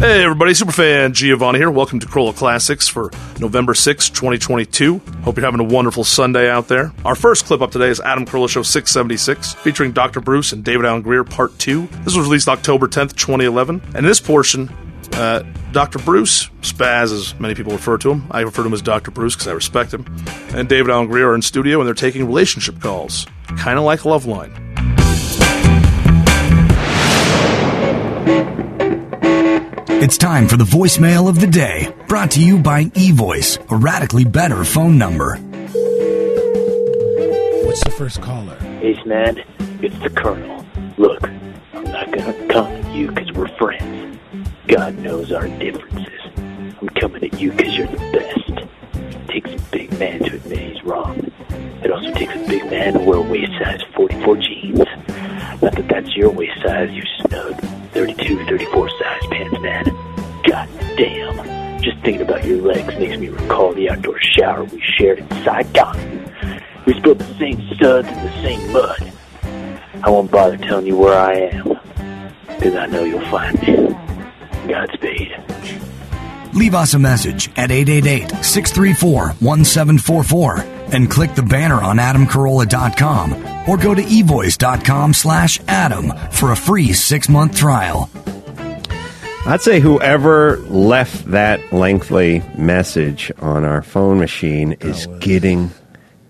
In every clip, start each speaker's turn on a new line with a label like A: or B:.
A: Hey everybody, Superfan Giovanni here. Welcome to Corolla Classics for November sixth, 2022. Hope you're having a wonderful Sunday out there. Our first clip up today is Adam Carolla Show 676, featuring Dr. Bruce and David Allen Greer Part 2. This was released October 10th, 2011. And in this portion, uh, Dr. Bruce, Spaz as many people refer to him, I refer to him as Dr. Bruce because I respect him, and David Allen Greer are in studio and they're taking relationship calls, kind of like Loveline.
B: It's time for the voicemail of the day, brought to you by eVoice, a radically better phone number.
C: What's the first caller?
D: Ace Man, it's the Colonel. Look, I'm not gonna come at you 'cause we're friends. God knows our differences. I'm coming at you 'cause you're the best. It takes a big man to admit he's wrong. It also takes a big man to wear a waist size 44 jeans. Not that that's your waist size, you snug 32, 34 size pants, man. God damn. Just thinking about your legs makes me recall the outdoor shower we shared in Saigon. We spilled the same suds in the same mud. I won't bother telling you where I am, because I know you'll find me. Godspeed.
B: Leave us a message at 888 634 1744 and click the banner on adamcarolla.com or go to evoice.com slash adam for a free six month trial.
E: I'd say whoever left that lengthy message on our phone machine is getting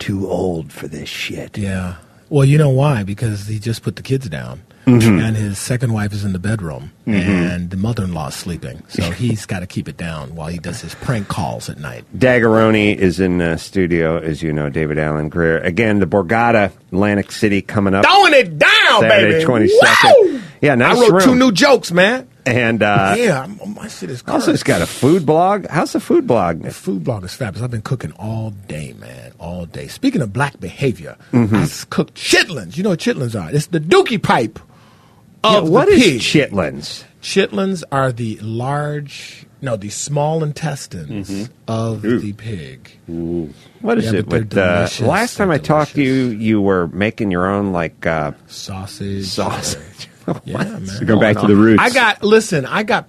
E: too old for this shit.
C: Yeah. Well, you know why? Because he just put the kids down. And his second wife is in the bedroom, and the mother in law is sleeping. So he's got to keep it down while he does his prank calls at night.
E: Daggeroni is in uh, studio, as you know, David Allen Greer. Again, the Borgata, Atlantic City, coming up.
F: Throwing it down,
E: Saturday,
F: baby.
E: 22nd.
F: Woo!
E: Yeah, nice
F: I wrote
E: room.
F: two new jokes, man.
E: And uh,
C: yeah, I'm, my shit is
E: also, it's got a food blog. How's the food blog?
C: The food blog is fabulous. I've been cooking all day, man, all day. Speaking of black behavior,
E: Mm-hmm.
C: I s- cooked chitlins. You know what chitlins are? It's the dookie pipe
E: Yeah,
C: of the
E: what is
C: pig.
E: Chitlins?
C: Chitlins are the large, no, the small intestines of the pig.
E: Mm-hmm. What is
C: Yeah,
E: it?
C: but they're
E: With, uh,
C: delicious.
E: last
C: They're
E: time I talked to you,
C: delicious.
E: you were making your own like uh,
C: Sausage.
E: sausage.
C: Yeah, man.
E: go back to the roots.
C: I got listen. I got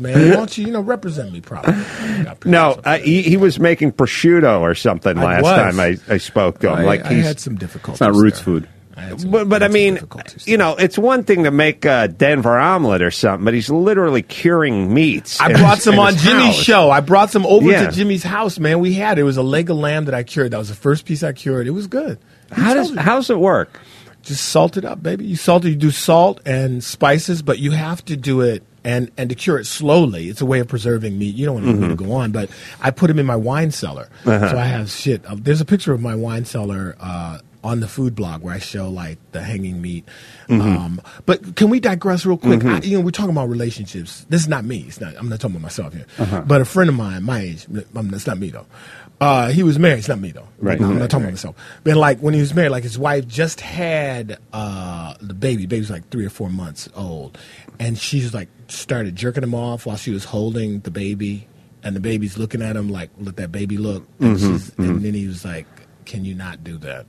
C: man. Why don't you, you know, represent me properly? I got pictures
E: No,
C: up
E: uh,
C: there.
E: he, he was making prosciutto or something
C: I
E: last
C: was.
E: time I, I spoke to him.
C: I,
E: like
C: I
E: he's,
C: had some difficulties.
F: not roots
C: there.
F: food.
C: I had some-
E: but but I
C: had some
E: mean,
C: difficulties
E: you
C: there.
E: know, it's one thing to make a Denver omelet or something, but he's literally curing meats.
C: I
E: in
C: brought
E: his-
C: some
E: in
C: on
E: his
C: Jimmy's
E: house.
C: show. I brought some over
E: Yeah.
C: to Jimmy's house, man. We had it. was a leg of lamb that I cured. That was the first piece I cured. It was good. He
E: How
C: tells
E: does
C: you.
E: how's it work?
C: just salt it up, baby. You salt it. You do salt and spices, but you have to do it and and to cure it slowly. It's a way of preserving meat. You don't want it to
E: Mm-hmm.
C: go on. But I put them in my wine cellar,
E: Uh-huh.
C: so I have shit. Uh, there's a picture of my wine cellar. Uh, on the food blog where I show like the hanging meat,
E: Mm-hmm.
C: um, but can we digress real quick? I, you know, we're talking about relationships. This is not me. It's not. I'm not talking about myself here.
E: Uh-huh.
C: But a friend of mine, my age, um, that's not me though. Uh, he was married. It's not me though.
E: Right,
C: I'm
E: right,
C: not talking about myself. But like when he was married, like his wife just had uh, the baby. Baby's like three or four months old, and she's like started jerking him off while she was holding the baby, and the baby's looking at him like, "Let that baby look." And,
E: Mm-hmm.
C: she's, and then he was like, "Can you not do that?"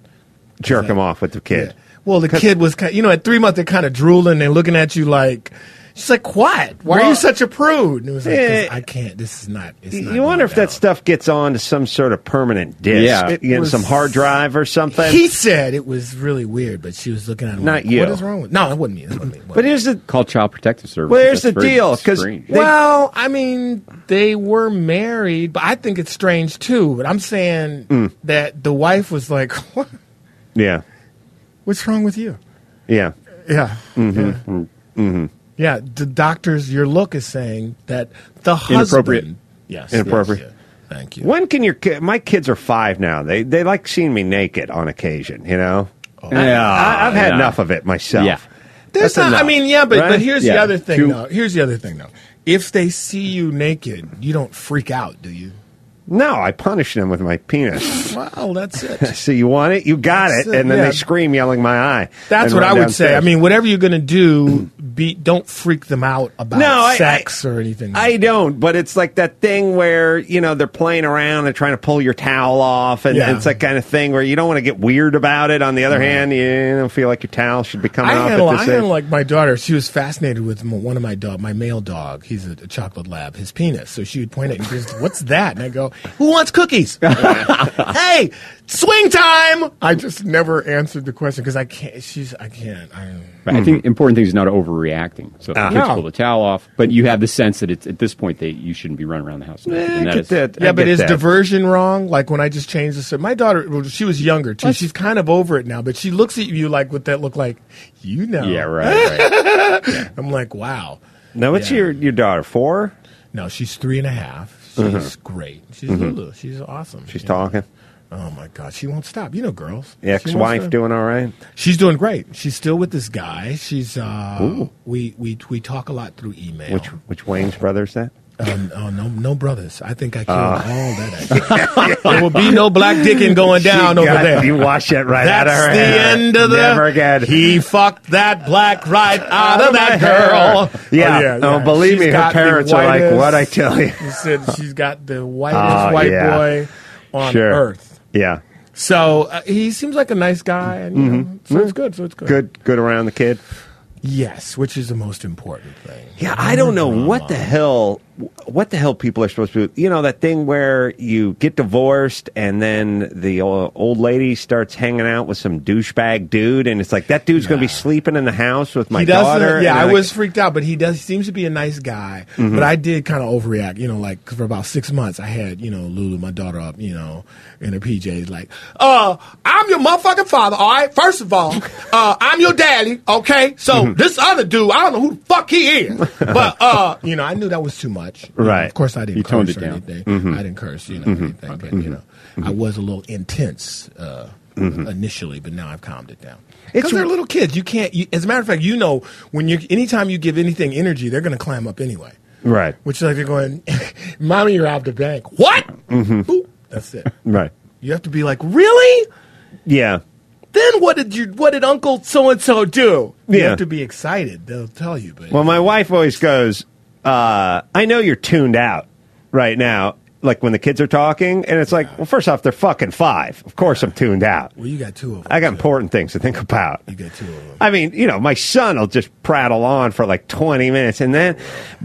E: Jerk him off with the kid.
C: Yeah. Well, the kid was kind. You know, at three months, they're kind of drooling. They're looking at you like. She's like, "What? Why are you
E: Well-
C: such a prude?" And it was like,
E: Eh,
C: 'Cause "I can't. This is not." It's not
E: You wonder
C: going
E: if that
C: down."
E: stuff gets on to some sort of permanent disc,
F: Yeah. It
E: you know,
C: was-
E: some hard drive or something.
C: He said it was really weird, but she was looking at him.
E: Not
C: like,
E: you.
C: What is wrong with? No, it wasn't me. It wasn't me. It
E: but
C: wasn't me.
E: here's the
F: Called Child Protective Services.
E: Well, here's
F: That's
E: the
F: very
E: deal, 'cause
F: strange.
E: they-
C: well, I mean, they were married, but I think it's strange too. But I'm saying that the wife was like, what?
E: Mm. yeah,
C: "What's wrong with you?"
E: yeah. Mm-hmm.
C: Yeah. Yeah. Yeah, the doctors, your look is saying that the husband.
F: Inappropriate.
C: Yes.
E: Inappropriate.
C: yes, yeah. Thank you.
E: When can your ki- my kids are five now? They they like seeing me naked on occasion. You know,
C: Oh.
E: I, I've had
F: yeah.
E: enough of it myself.
F: Yeah.
C: That's
E: That's
C: not, I
E: enough,
C: mean, yeah, but,
E: right?
C: but here's the
F: Yeah.
C: other thing,
F: Two-
C: though. Here's the other thing, though. If they see you naked, you don't freak out, do you?
E: No, I punish them with my penis.
C: Well, that's it.
E: so you want it? You got
C: That's
E: it.
C: it,
E: And then
C: yeah.
E: they scream, yelling my eye.
C: That's
E: and
C: what
E: run
C: I would say. I
E: downstairs.
C: mean, whatever you're going to do, be don't freak them out about
E: No, I-
C: sex
E: I-
C: or anything.
E: I don't, but it's like that thing where, you know, they're playing around and trying to pull your towel off. And
C: Yeah. Mm-hmm.
E: it's that kind of thing where you don't want to get weird about it. On the other hand, you don't feel like your towel should be coming
C: I
E: off
C: handle,
E: at
C: I
E: this
C: handle
E: age.
C: like my daughter. She was fascinated with m- one of my dog, my male dog. He's a, a chocolate lab. His penis. So she would point at it and goes, "What's that?" And I go, "Who wants cookies?" hey, swing time! I just never answered the question because I can't. She's I can't. I,
F: Right. I think important thing is not overreacting. So
E: Ah.
F: the kids
C: No.
F: pull the towel off, but you have the sense that it's at this point that you shouldn't be running around the house. naked,
E: Eh,
F: and
E: I
F: that
E: get
F: is-
E: that.
C: yeah,
E: I
C: but
E: get
C: is
E: that.
C: diversion wrong? Like when I just changed the sub- my daughter, well, she was younger too. She's kind of over it now, but she looks at you like with that look, like you know.
F: Yeah, right. right.
C: I'm like, wow.
E: Now, what's
C: Yeah.
E: your, your daughter? Four?
C: No, she's three and a half. She's great. She's Lulu. She's awesome.
E: Mm-hmm. She's
C: Yeah.
E: talking.
C: Oh my God, she won't stop. You know, girls. She won't
E: Ex wife
C: stop.
E: doing all right?
C: She's doing great. She's still with this guy. She's uh, we we we talk a lot through email.
E: Which, which Wayne's brother is that?
C: Um, oh no, no brothers. I think I killed
E: Uh.
C: all that. there will be no black dicking going down
E: She
C: over
E: got-
C: there.
E: You wash it right out
C: That's
E: of her
C: the
E: hair.
C: end of the.
E: Never again.
C: He fucked that black right out of that girl.
E: Yeah. Oh, believe me, her parents are like, what I tell you.
C: He said she's got the whitest
E: Oh,
C: white
E: yeah.
C: boy on
E: Sure.
C: earth.
E: Yeah.
C: So uh, he seems like a nice guy, and you know, so it's good. So it's good.
E: Mm-hmm. Mm. Good, good around the kid.
C: Yes, which is the most important thing.
E: Yeah, I don't know what the hell, what the hell people are supposed to. do. You know that thing where you get divorced and then the o- old lady starts hanging out with some douchebag dude, and it's like that dude's going to be sleeping in the house with my
C: he doesn't.
E: daughter.
C: yeah,
E: and
C: I
E: like-
C: was freaked out, but he does. He seems to be a nice guy.
E: Mm-hmm.
C: But I did kind of overreact. You know, like 'cause for about six months, I had you know Lulu, my daughter, up. You know, in her PJs, like, uh, I'm your motherfucking father. All right, first of all, uh, I'm your daddy. Okay, so
E: Mm-hmm.
C: this other dude, I don't know who the fuck he is, but uh, you know, I knew that was too much. You know,
E: Right.
C: of course, I didn't
F: You toned
C: curse
F: it
C: or
F: down.
C: anything.
E: Mm-hmm.
C: I didn't curse. You know, anything, but you know, I was a little intense. Uh,
E: Mm-hmm.
C: Initially, but now I've calmed it down. Because they're little kids. You can't. You, as a matter of fact, you know when you anytime you give anything energy, they're going to climb up anyway.
E: right,
C: Which is like they're going, "Mommy, you're out the bank." What? Boop. That's it.
E: Mm-hmm. right,
C: You have to be like, "Really?
E: yeah,
C: Then what did you? What did Uncle so and so do?" You
E: Yeah.
C: have to be excited. They'll tell you. But
E: Well, my wife always goes, uh, I know you're tuned out right now. Like when the kids are talking, and it's like, well, first off, they're fucking five. Of course, I'm tuned out.
C: well, you got two of them.
E: I got
C: too.
E: important things to think about.
C: You got two of them.
E: I mean, you know, my son will just prattle on for like 20 minutes and then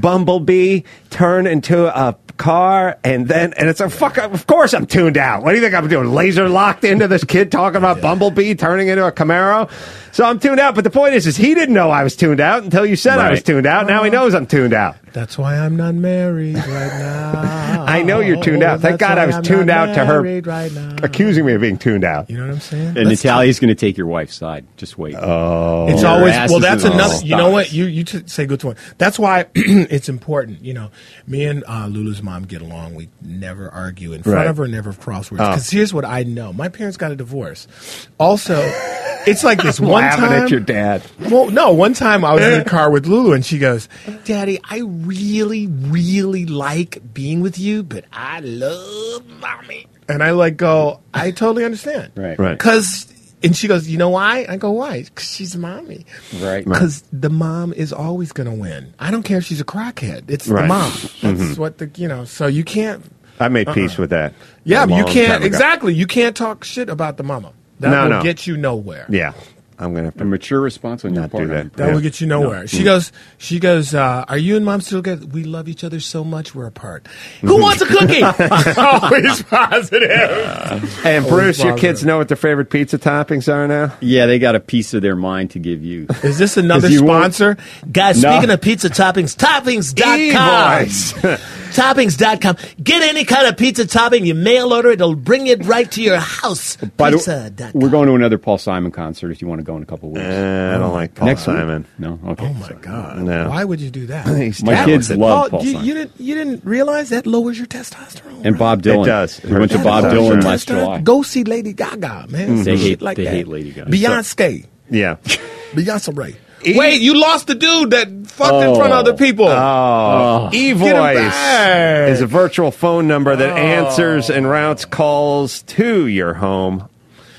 E: Bumblebee turn into a car and then, and it's like, fuck, of course I'm tuned out. What do you think I'm doing? Laser locked into this kid talking about Bumblebee turning into a Camaro? So I'm tuned out. But the point is, is he didn't know I was tuned out until you said I
F: Right.
E: was tuned out. Now
C: Uh-huh.
E: he knows I'm tuned out.
C: That's why I'm not married right now.
E: I know you're tuned out. Thank
C: That's
E: God
C: why
E: I was
C: I'm
E: tuned
C: not
E: out to her
C: married Right now.
E: Accusing me of being tuned out.
C: You know what I'm saying?
F: And Natalia's going to take your wife's side. Just wait.
C: It's
E: Oh.
F: Your
C: always
F: ass
C: well.
F: is
C: That's
F: in the
C: another.
F: stocks.
C: You know what? You you t- say good point. That's why it's important. You know, me and uh, Lulu's mom get along. We never argue in front
E: Right.
C: of her. Never cross
F: Oh.
C: words. Because here's what I know: my parents got a divorce. Also, it's like this one
E: Laughing
C: time.
E: at your dad.
C: Well, no. One time I was in the car with Lulu, and she goes, "Daddy, I really, really like being with you, but I love mommy." And I like go, "I totally understand."
F: Right.
E: Right.
C: Because, and she goes, you know why? I go, why? Because she's mommy.
F: Right.
C: Because the mom is always going to win. I don't care if she's a crackhead. It's the
E: Right. Mm-hmm.
C: mom. That's what the, you know, so you can't,
E: I made peace with that.
C: Uh-huh. yeah,
E: a
C: you
E: long time
C: can't,
E: ago.
C: exactly. You can't talk shit about the mama. That
E: No,
C: will
E: no.
C: get you nowhere.
E: Yeah. I'm going to have
F: a
E: to.
F: mature response on your
E: Not
F: part.
E: do that.
C: That
E: Yeah. Mm.
C: will get you nowhere. She goes, she goes, uh, are you and mom still together? We love each other so much, we're apart.
E: Mm-hmm.
C: Who wants a cookie? always positive.
E: And Bruce, your
C: Oh, bother.
E: kids know what their favorite pizza toppings are now?
F: Yeah, they got a piece of their mind to give you.
C: Is this another
F: you won't-
C: sponsor? Guys,
F: No.
C: E speaking of pizza toppings, toppings.com.
E: E-Voice.
G: Toppings.com. Get any kind of pizza topping. You mail order it. It'll bring it right to your house.
F: By the
G: pizza.
F: way, we're going to another Paul Simon concert if you want to go in a couple weeks.
E: Eh, I don't like Paul
F: Next week?
E: Simon.
F: No. Okay.
C: Oh my
F: sorry.
C: God!
E: No.
C: Why would you do that?
E: He's
F: My
E: talented.
F: kids love
C: Paul,
F: Paul
C: you,
F: Simon.
C: you didn't you didn't realize that lowers your testosterone.
F: And
C: bro.
F: Bob Dylan.
E: It does.
F: We went to
E: It
F: Bob
E: does.
F: Dylan
E: Testosterone.
F: last July.
C: Go see Lady Gaga, man.
E: Mm-hmm.
F: They
C: Some
F: hate-
C: shit like
F: they
C: that.
F: hate Lady Gaga.
C: Beyonce.
E: Yeah.
C: Beyonce Ray.
E: E-
C: Wait, you lost the dude that fucked in front of
E: Oh.
C: other people. E
E: eVoice
C: back.
E: Oh.
C: Oh.
E: is a virtual phone number that answers and routes calls to your home.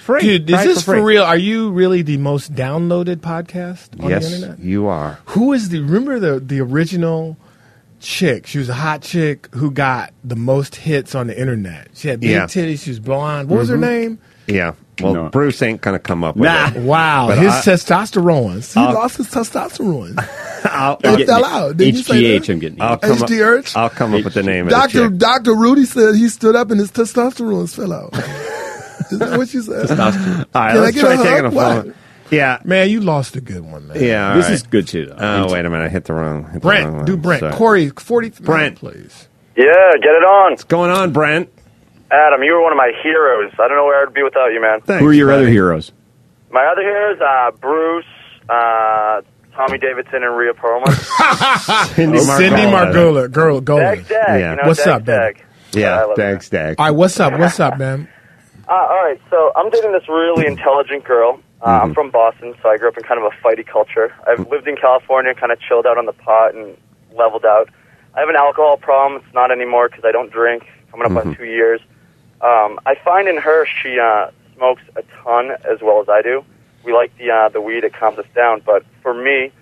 E: Free.
C: Dude, is
E: Right
C: this for
E: free.
C: real? Are you really the most downloaded podcast on the
E: Yes,
C: internet?
E: you are.
C: Who is the remember the the original chick? She was a hot chick who got the most hits on the internet. She had big
E: Yeah. Mm-hmm.
C: titties. She was blonde. What was her name?
E: Yeah. Well,
F: No.
E: Bruce ain't going to come up with it.
C: Wow,
E: But
C: his
E: I-
C: testosterone. He lost his testosterone.
F: I'm
C: That
F: getting
C: fell
F: it.
C: out. Didn't you say
F: HGH,
C: that?
F: I'm getting it.
E: I'll come,
C: HD Urge?
E: up, I'll come up with the name of
C: Doctor
E: the chick.
C: Doctor Rudy said he stood up and his testosterone fell out. Is that what you said?
E: All right,
C: Can I
E: let's
C: get
E: try
C: a
E: taking a
C: hug?
E: phone.
C: What?
E: Yeah.
C: Man, you lost a good one, man.
E: Yeah. all
F: This
E: right.
F: is good too. Though.
E: Oh, wait a minute. I hit the wrong. hit the wrong
C: Brent,
E: one.
C: do Brent.
E: Sorry.
C: Corey, 43.
E: Brent.
C: please.
H: Yeah, get it on.
E: What's going on, Brent?
H: Adam, you were one of my heroes. I don't know where I'd be without you, man.
E: Thanks,
F: Who are your
E: buddy.
F: other heroes?
H: My other heroes, uh, Bruce, uh, Tommy Davidson, and Rhea Perlman.
E: Cindy Margola.
C: Cindy Margola. Girl, go.
H: Dag Dag.
E: Yeah.
H: You know,
C: What's
H: Dag
C: up, baby?
H: Dag. I
E: Yeah,
H: love
E: thanks, Dag.
C: All right, what's up? What's up, man?
H: Uh, all right, so I'm dating this really intelligent girl. Uh, I'm from Boston, so I grew up in kind of a fighty culture. I've lived in California, kind of chilled out on the pot and leveled out. I have an alcohol problem. It's not anymore because I don't drink. Coming up on two years. Um, I find in her she uh, smokes a ton as well as I do. We like the uh, the weed; it calms us down. But for me,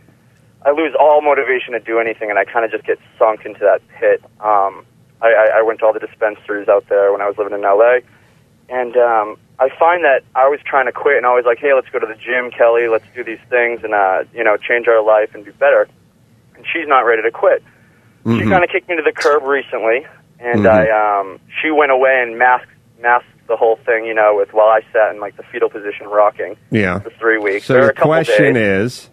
H: I lose all motivation to do anything, and I kind of just get sunk into that pit. Um, I, I, I went to all the dispensaries out there when I was living in LA, and um, I find that I was trying to quit, and I was like, "Hey, let's go to the gym, Kelly. Let's do these things, and uh, you know, change our life and be better." And she's not ready to quit. She
D: Mm-hmm.
H: kind of kicked me to the curb recently, and I um, she went away and masked masked the whole thing, you know, with while I sat in like the fetal position rocking
E: Yeah.
H: for three weeks.
E: So
H: there were
E: your
H: a couple
E: question
H: days.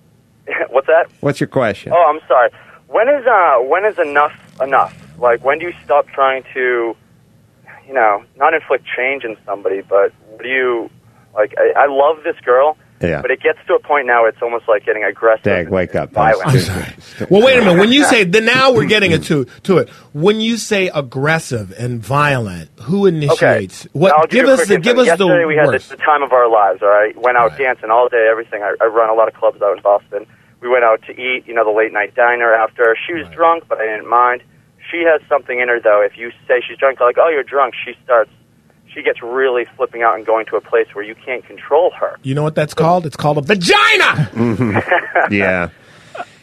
E: is,
H: what's that?
E: what's your question?
H: Oh, I'm sorry. When is uh when is enough enough? Like when do you stop trying to, you know, not inflict change in somebody, but what do you like? I, I love this girl,
E: Yeah.
H: but it gets to a point now. It's almost like getting aggressive.
E: Dag, wake up.
H: Violent.
E: That's
C: Well, wait a minute. When you say, then now we're getting it to, to it. When you say aggressive and violent, who
H: Okay.
C: initiates? What?
H: I'll
C: give,
H: you a
C: us
H: quick
C: the
H: info.
C: give us the
H: Yesterday we had
C: worst.
H: the, the time of our lives. All right, went out dancing all day, everything. I, I run a lot of clubs out in Boston. We went out to eat, you know, the late night diner after. She was drunk, but I didn't mind. She has something in her though. If you say she's drunk, like, oh, you're drunk, she starts. She gets really flipping out and going to a place where you can't control her.
C: You know what that's called? It's called a vagina.
E: yeah.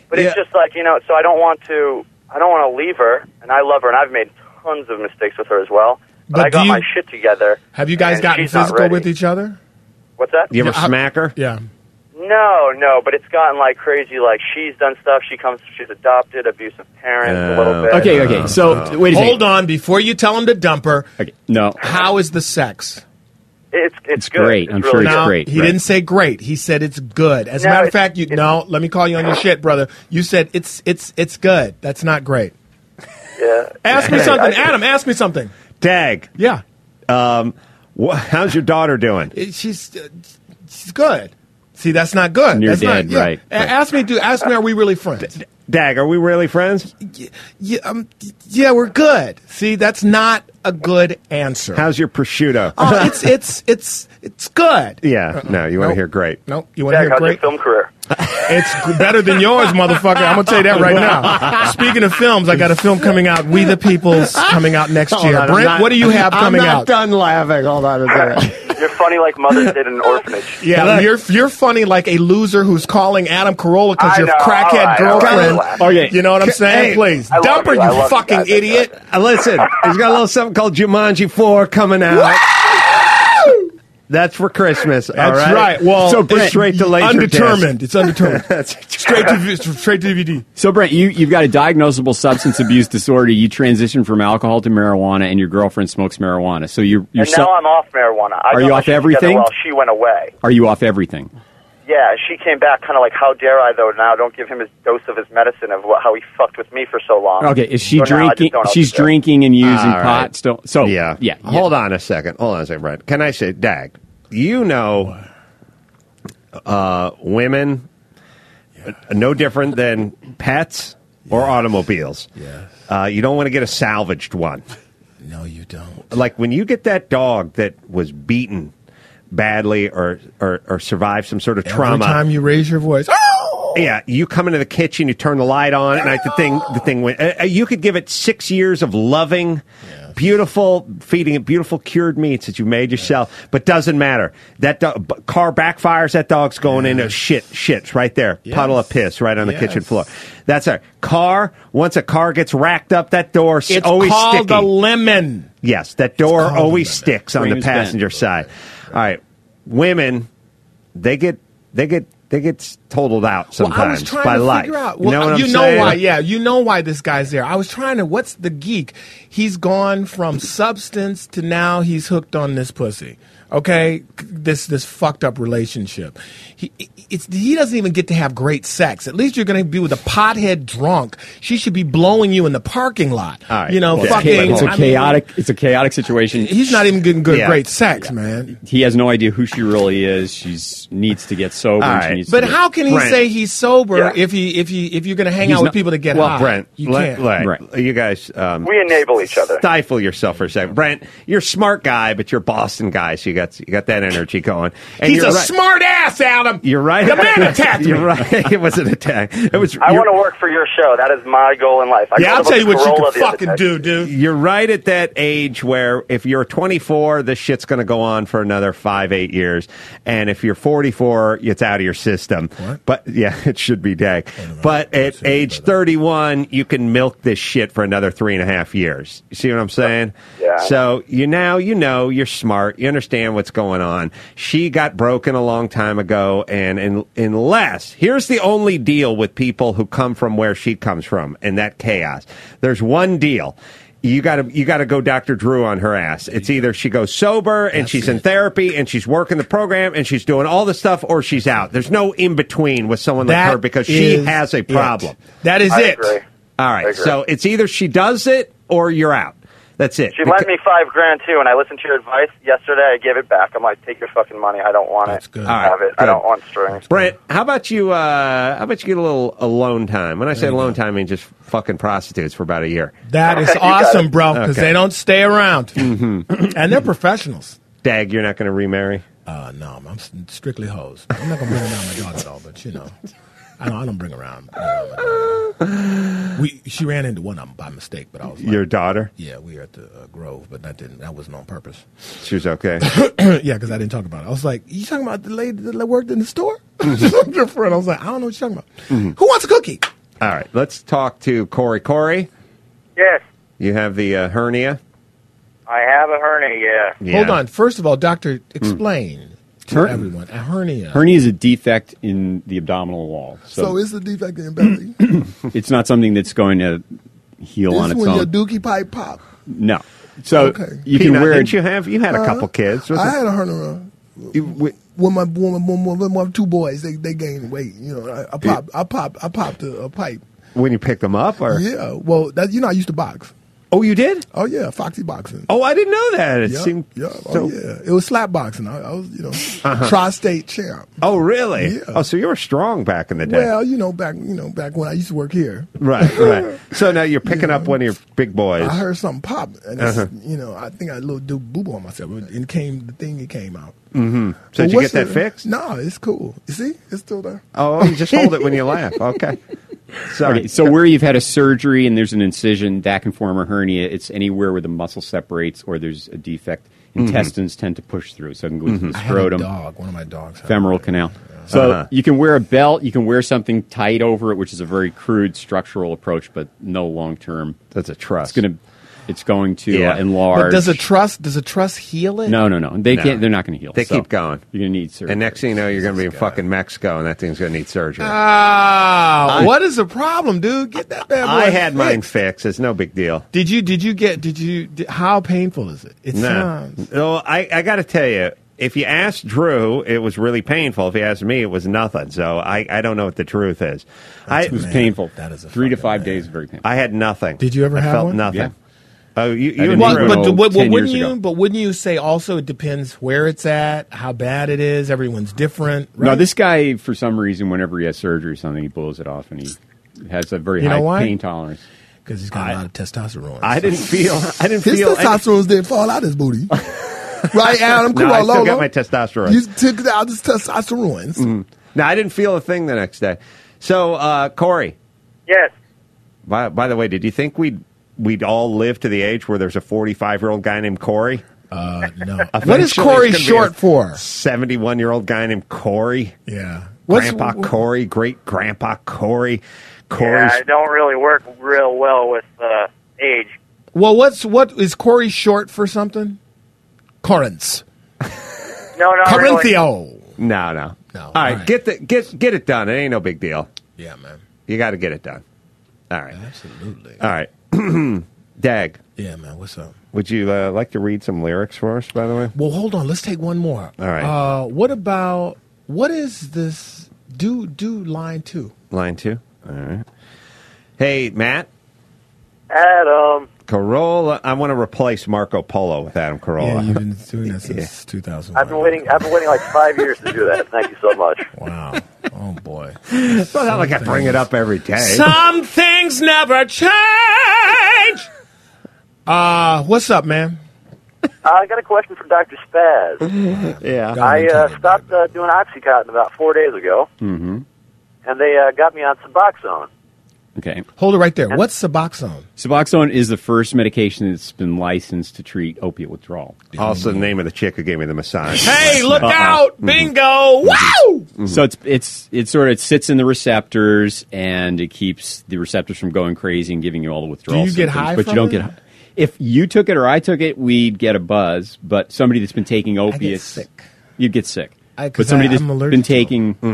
H: But it's just like you know. So I don't want to. I don't want to leave her, and I love her, and I've made tons of mistakes with her as well. But,
C: But
H: I got
C: do you-
H: my shit together.
C: Have you guys
H: and
C: gotten
H: she's not
C: physical with
H: ready.
C: each other?
H: What's that?
E: You ever
C: Yeah, I-
E: smack her?
C: Yeah.
H: No, no, but it's gotten like crazy. Like she's done stuff. She comes. She's adopted, abusive parents a little bit.
F: Okay, okay. So wait a second.
C: Hold on before you tell him to dump her.
F: Okay, no,
C: How is the sex?
H: it's it's,
F: It's
H: good.
F: great.
H: It's
F: I'm
H: really
F: sure it's
H: good.
C: No,
F: great,
C: he
F: right.
C: didn't say great. He said it's good. As a
H: No,
C: matter of
H: it's-
C: fact, you
H: it's-
C: no. Let me call you on your shit, brother. You said it's it's it's good. That's not great.
H: Yeah.
C: Ask me something, Adam. Ask me something.
E: Dag,
C: Yeah,
E: wh- how's your daughter doing?
C: It- she's uh, she's good. See, that's not good.
F: You're
C: that's
F: dead,
C: not, yeah.
F: right.
C: A- Ask me, do ask me, are we really friends?
E: Dag, are we really friends?
C: Yeah, um, yeah, we're good. See, that's not a good answer.
E: How's your prosciutto?
C: oh, it's it's it's it's good. Uh-uh.
E: yeah, no, you want to
C: Nope.
E: hear great.
C: Nope. You want to
H: Jack,
C: hear
H: how's your
C: great?
H: film career?
C: It's g- better than yours, motherfucker. I'm gonna tell you that right now. Speaking of films, I got a film coming out. We the People's coming out next
H: Oh,
C: year. Brent, what do you have coming out?
E: done laughing. Hold on a second.
H: You're funny like mothers did in an orphanage.
C: Yeah, you're you're funny like a loser who's calling Adam Carolla because
H: I
C: your
H: know,
C: crackhead
H: all right, all right,
C: girlfriend. Oh,
H: relax.
F: Okay.
C: You know what I'm saying?
E: Hey,
C: Please
H: I love
C: dump her,
H: you,
C: you,
H: I love you
C: fucking
H: guys, I
C: idiot.
E: Listen, he's got a little something called Jumanji 4 coming out. That's for Christmas. all
C: That's
E: right.
C: right. Well,
E: so it's straight to laser
C: Undetermined. It's undetermined.
E: That's
C: straight to vi- straight to DVD.
F: so Brent, you you've got a diagnosable substance abuse disorder. You transition from alcohol to marijuana, and your girlfriend smokes marijuana. So you you're
H: And now I'm off marijuana. I
F: Are
H: got
F: you
H: my
F: off
H: shit together
F: everything?
H: While she went away.
F: are you off everything?
H: yeah, she came back kind of like, how dare I though? Now don't give him his dose of his medicine of what, how he fucked with me for so long.
F: Okay, is she
H: So now I just
F: drinking?
H: don't know
F: She's
H: what to do.
F: drinking and using
E: All
F: pot.
E: right.
F: Still, so
E: yeah,
F: yeah, yeah.
E: Hold on a second. Hold on a second, Brad. Can I say, Dag? You know, uh, women uh, no different than pets or automobiles. Yeah. Uh, you don't want to get a salvaged one.
C: No, you don't.
E: Like when you get that dog that was beaten badly or or, or survived some sort of
C: Every
E: trauma.
C: time you raise your voice, "Oh,
E: Yeah, you come into the kitchen, you turn the light on, and I, the thing the thing went. uh, uh, you could give it six years of loving, beautiful feeding it beautiful cured meats that you made yourself, but doesn't matter. That dog, b- car backfires, that dog's going into shit, shit right there, puddle of piss right on the kitchen
C: Yes.
E: floor. That's a car. Once a car gets racked up, that door s-
C: it's
E: always
C: called
E: sticky.
C: the lemon.
E: Yes, that door
C: called
E: always
C: women.
E: sticks on
F: Green
E: the
F: is bent.
E: passenger side. All right, women, they get they get they get totaled out
C: Well,
E: sometimes
C: I was trying
E: by
C: to
E: life.
C: figure out. Well,
E: you know, what I'm saying?
C: why? Yeah, you know why this guy's there. I was trying to. What's the geek? He's gone from substance to now he's hooked on this pussy. Okay, C- this this fucked up relationship. He it's he doesn't even get to have great sex. At least you're going to be with a pothead drunk. She should be blowing you in the parking lot.
E: All right,
C: You know,
E: well,
F: It's,
C: fucking.
F: cha- it's
C: I
F: a
C: mean,
F: chaotic. It's a chaotic situation.
C: he's not even getting good
E: Yeah.
C: great sex, man.
F: He has no idea who she really is. She's needs to get sober.
E: All
F: and she
E: right.
F: needs to
C: But
F: get-
C: how can he
E: Brent.
C: say he's sober
H: Yeah.
C: if he if he if you're going to hang
F: He's
C: out with
F: not-
C: people that get
E: Well,
C: high?
E: Brent,
C: you
E: let,
C: can't.
E: let- you guys um,
H: We enable each other.
E: stifle yourself for a second. Brent, you're a smart guy, but you're a Boston guy, so you got you got that energy going. And
C: He's
E: you're
C: a
E: right.
C: smart ass, Adam.
E: You're right.
C: The man attacked me.
E: You're right. It was an attack. It was.
H: I
E: you're-
H: want to work for your show. That is my goal in life. I
C: Yeah, I'll
H: drove a
C: tell you what
H: Corolla
C: you
H: the
C: can
H: other
C: fucking
H: day.
C: do, dude.
E: You're right at that age where if you're 24, this shit's going to go on for another five, eight years, and if you're 44, it's out of your system.
C: What?
E: But yeah, it should be dag. But at age 31, you can milk this shit for another three and a half years. You see what I'm saying?
H: Yeah.
E: So you now you know you're smart. You understand what's going on. She got broken a long time ago, and, and unless here's the only deal with people who come from where she comes from and that chaos. There's one deal. You gotta you gotta go Dr. Drew on her ass. It's either she goes sober and she's in therapy and she's working the program and she's doing all the stuff or she's out. There's no in between with someone like her because she
C: is
E: has a
C: it.
E: problem.
C: That is
H: I
C: it.
H: agree.
E: All
H: I
E: right.
H: agree.
E: So it's either she does it or you're out. That's it.
H: She
E: Because-
H: lent me five grand too, and I listened to your advice yesterday. I gave it back. I'm like, take your fucking money. I don't want
C: That's
H: it.
C: good.
H: Have
E: All right,
H: it. I
E: good.
H: don't want strings.
E: Brent, how about you? Uh, how about you get a little alone time? When I say alone time, I mean just fucking prostitutes for about a year.
C: That is
H: You Mm-hmm. got
C: awesome,
H: it.
C: bro, because
E: Okay.
C: they don't stay around. and they're professionals.
E: Dag, you're not going to remarry.
C: Uh, no, I'm s- strictly hoes. I'm not going to bring around my dog at all, but you know. I don't, I don't bring around. bring around my daughter. uh, we, she ran into one of them by mistake, but I was like,
E: Your daughter,
C: yeah, we were at the uh, Grove, but that didn't. That wasn't on purpose.
E: she was okay.
C: yeah, because I didn't talk about it. I was like, "You talking about the lady that worked in the store?"
H: Mm-hmm.
C: Your friend. I was like, "I don't know what you're talking about." Who wants a cookie?
E: All right, let's talk to Corey. Corey,
H: Yes,
E: you have the uh, hernia.
H: I have a hernia. Yeah.
E: Yeah. Mm.
C: Hold on. First of all, doctor, explain to
F: Her-
C: everyone a hernia.
F: hernia is a defect in the abdominal wall. So,
C: So it's the defect
E: Mm.
C: in belly.
F: it's not something that's going to heal on
C: this is
F: its
C: when your
F: own.
C: dookie pipe pop.
F: no. So
C: Okay. Uh,
F: you can
E: Peanut,
F: wear
E: didn't you have you had a couple kids? Was
C: I
E: it-
C: had a hernia.
E: you- wi-
C: With my, with my, with my, with my two boys, they they gained weight. You know, I, I popped, I popped, I popped a, a pipe.
E: when you picked them up, or
C: Yeah, well, that you know, I used to box.
E: oh, you did?
C: Oh yeah, foxy boxing.
E: Oh, I didn't know that. It
C: Yeah,
E: seemed
C: yeah,
E: so-
C: oh yeah. It was slap boxing. I, I was, you know,
E: Uh-huh.
C: tri-state champ.
E: Oh, really?
C: Yeah.
E: Oh, so you were strong back in the day.
C: Well, you know, back you know, back when I used to work here,
E: right, right. So now you're picking up one of your big boys.
C: I heard something pop, and it's,
E: Uh-huh.
C: you know, I think I had a little do boo boo on myself, and it came the thing. It came out.
E: Mm-hmm. So
C: But
E: did you get
C: what's
E: that
C: the-
E: fixed?
C: No, it's cool. You see, it's still there.
E: Oh, you just hold it when you laugh. Okay. Sorry.
F: Okay, so where you've had a surgery and there's an incision that can form a hernia, it's anywhere where the muscle separates or there's a defect.
C: Mm-hmm.
F: Intestines tend to push through, so it can go into the scrotum,
C: dog. One of my dogs. had
F: femoral
C: it.
F: canal. So
E: Uh-huh.
F: you can wear a belt, you can wear something tight over it, which is a very crude structural approach, but no long term.
E: that's a trust.
F: It's gonna, it's going to
E: Yeah.
F: uh,
E: But
F: enlarge.
C: But does a trust? Does a trust heal it?
F: no, no, no. They
E: No.
F: can't. They're not going to heal.
E: They
F: So
E: keep going.
F: You're going to need surgery.
E: and next thing you know, you're going to be in fucking Mexico, and that thing's going to need surgery.
C: Ah, Oh, what is the problem, dude? Get that bad boy.
E: I had mine
C: fixed.
E: fixed. It's no big deal.
C: Did you? Did you get? Did you? Did, how painful is it? It
E: No,
C: sounds.
E: no. I, I got to tell you, if you asked Drew, it was really painful. If you asked me, it was nothing. So I, I don't know what the truth is. I,
F: It was painful. That is three to five days, very painful.
E: I had nothing. Did
C: you ever
E: I
C: have
E: felt
C: one?
E: nothing.
C: Yeah.
E: Oh, you,
F: I
E: you and
F: didn't grow
E: Drew.
C: but, do- but, but
F: 10
C: wouldn't
F: years
C: you?
F: ago.
C: But wouldn't you say also it depends where it's at, how bad it is. Everyone's different. Right?
F: No, this guy, for some reason, whenever he has surgery or something, he blows it off and he has a very
C: You know why?
F: high pain tolerance.
C: because he's got a lot of testosterone.
F: I didn't feel- I didn't
I: His
F: feel any-
I: testosterone didn't fall out his booty. right, Adam? Come
E: no, I
I: on,
E: still
I: Lola.
E: got my testosterone.
I: You took out his testosterone.
E: Mm. No, I didn't feel a thing the next day. So, uh, Corey.
H: Yes.
E: By, by the way, did you think we'd we'd all live to the age where there's a 45 year old guy named Corey?
C: Uh, no. What is Corey short for?
E: 71 year old guy named Corey.
C: Yeah.
E: Grandpa Corey, great Grandpa Corey.
H: Yeah,
E: Corey's
H: I don't really work real well with uh, age.
C: Well, what's what is Corey short for something? Corinth.
H: No, no,
C: Corinthio.
E: No, no, no. All right, get the get get it done. It ain't no big deal.
C: Yeah, man.
E: You got to get it done. All right.
C: Absolutely.
E: All right. Dag,
C: Yeah, man. What's up?
E: would you uh, like to read some lyrics for us? By the way.
C: Well, hold on. Let's take one more.
E: All right.
C: Uh, what about what is this? Do do line two.
E: Line two. All right. Hey, Matt.
H: Adam.
E: Corolla. I want to replace Marco Polo with Adam Corolla.
C: Yeah, you've been doing that since 2000.
H: I've been waiting. I've been waiting like five years to do that. Thank you so much.
C: Wow. Oh boy.
E: it's not like I bring it up every day.
C: Some things never change. Uh, what's up, man?
H: Uh, I got a question for Doctor Spaz.
E: yeah.
H: I uh, stopped uh, doing OxyContin about four days ago,
F: Mm-hmm.
H: and they uh, got me on Suboxone.
F: Okay.
C: Hold it right there. What's Suboxone?
F: Suboxone is the first medication that's been licensed to treat opiate withdrawal.
E: Also, the name of the chick who gave me the massage.
C: Hey, look
F: Uh-uh.
C: out!
E: Mm-hmm.
C: Bingo! Wow!
F: So it's it's it sort of sits in the receptors and it keeps the receptors from going crazy and giving you all the withdrawal.
C: you get
F: symptoms,
C: high
F: But
C: from
F: you don't
C: it?
F: get. hi- If you took it or I took it, we'd get a buzz. But somebody that's been taking opiates,
C: sick.
F: you'd get sick.
C: I- 'cause
F: but somebody
C: I-
F: that's
C: I'm allergic
F: been
C: to 'em.
F: taking uh,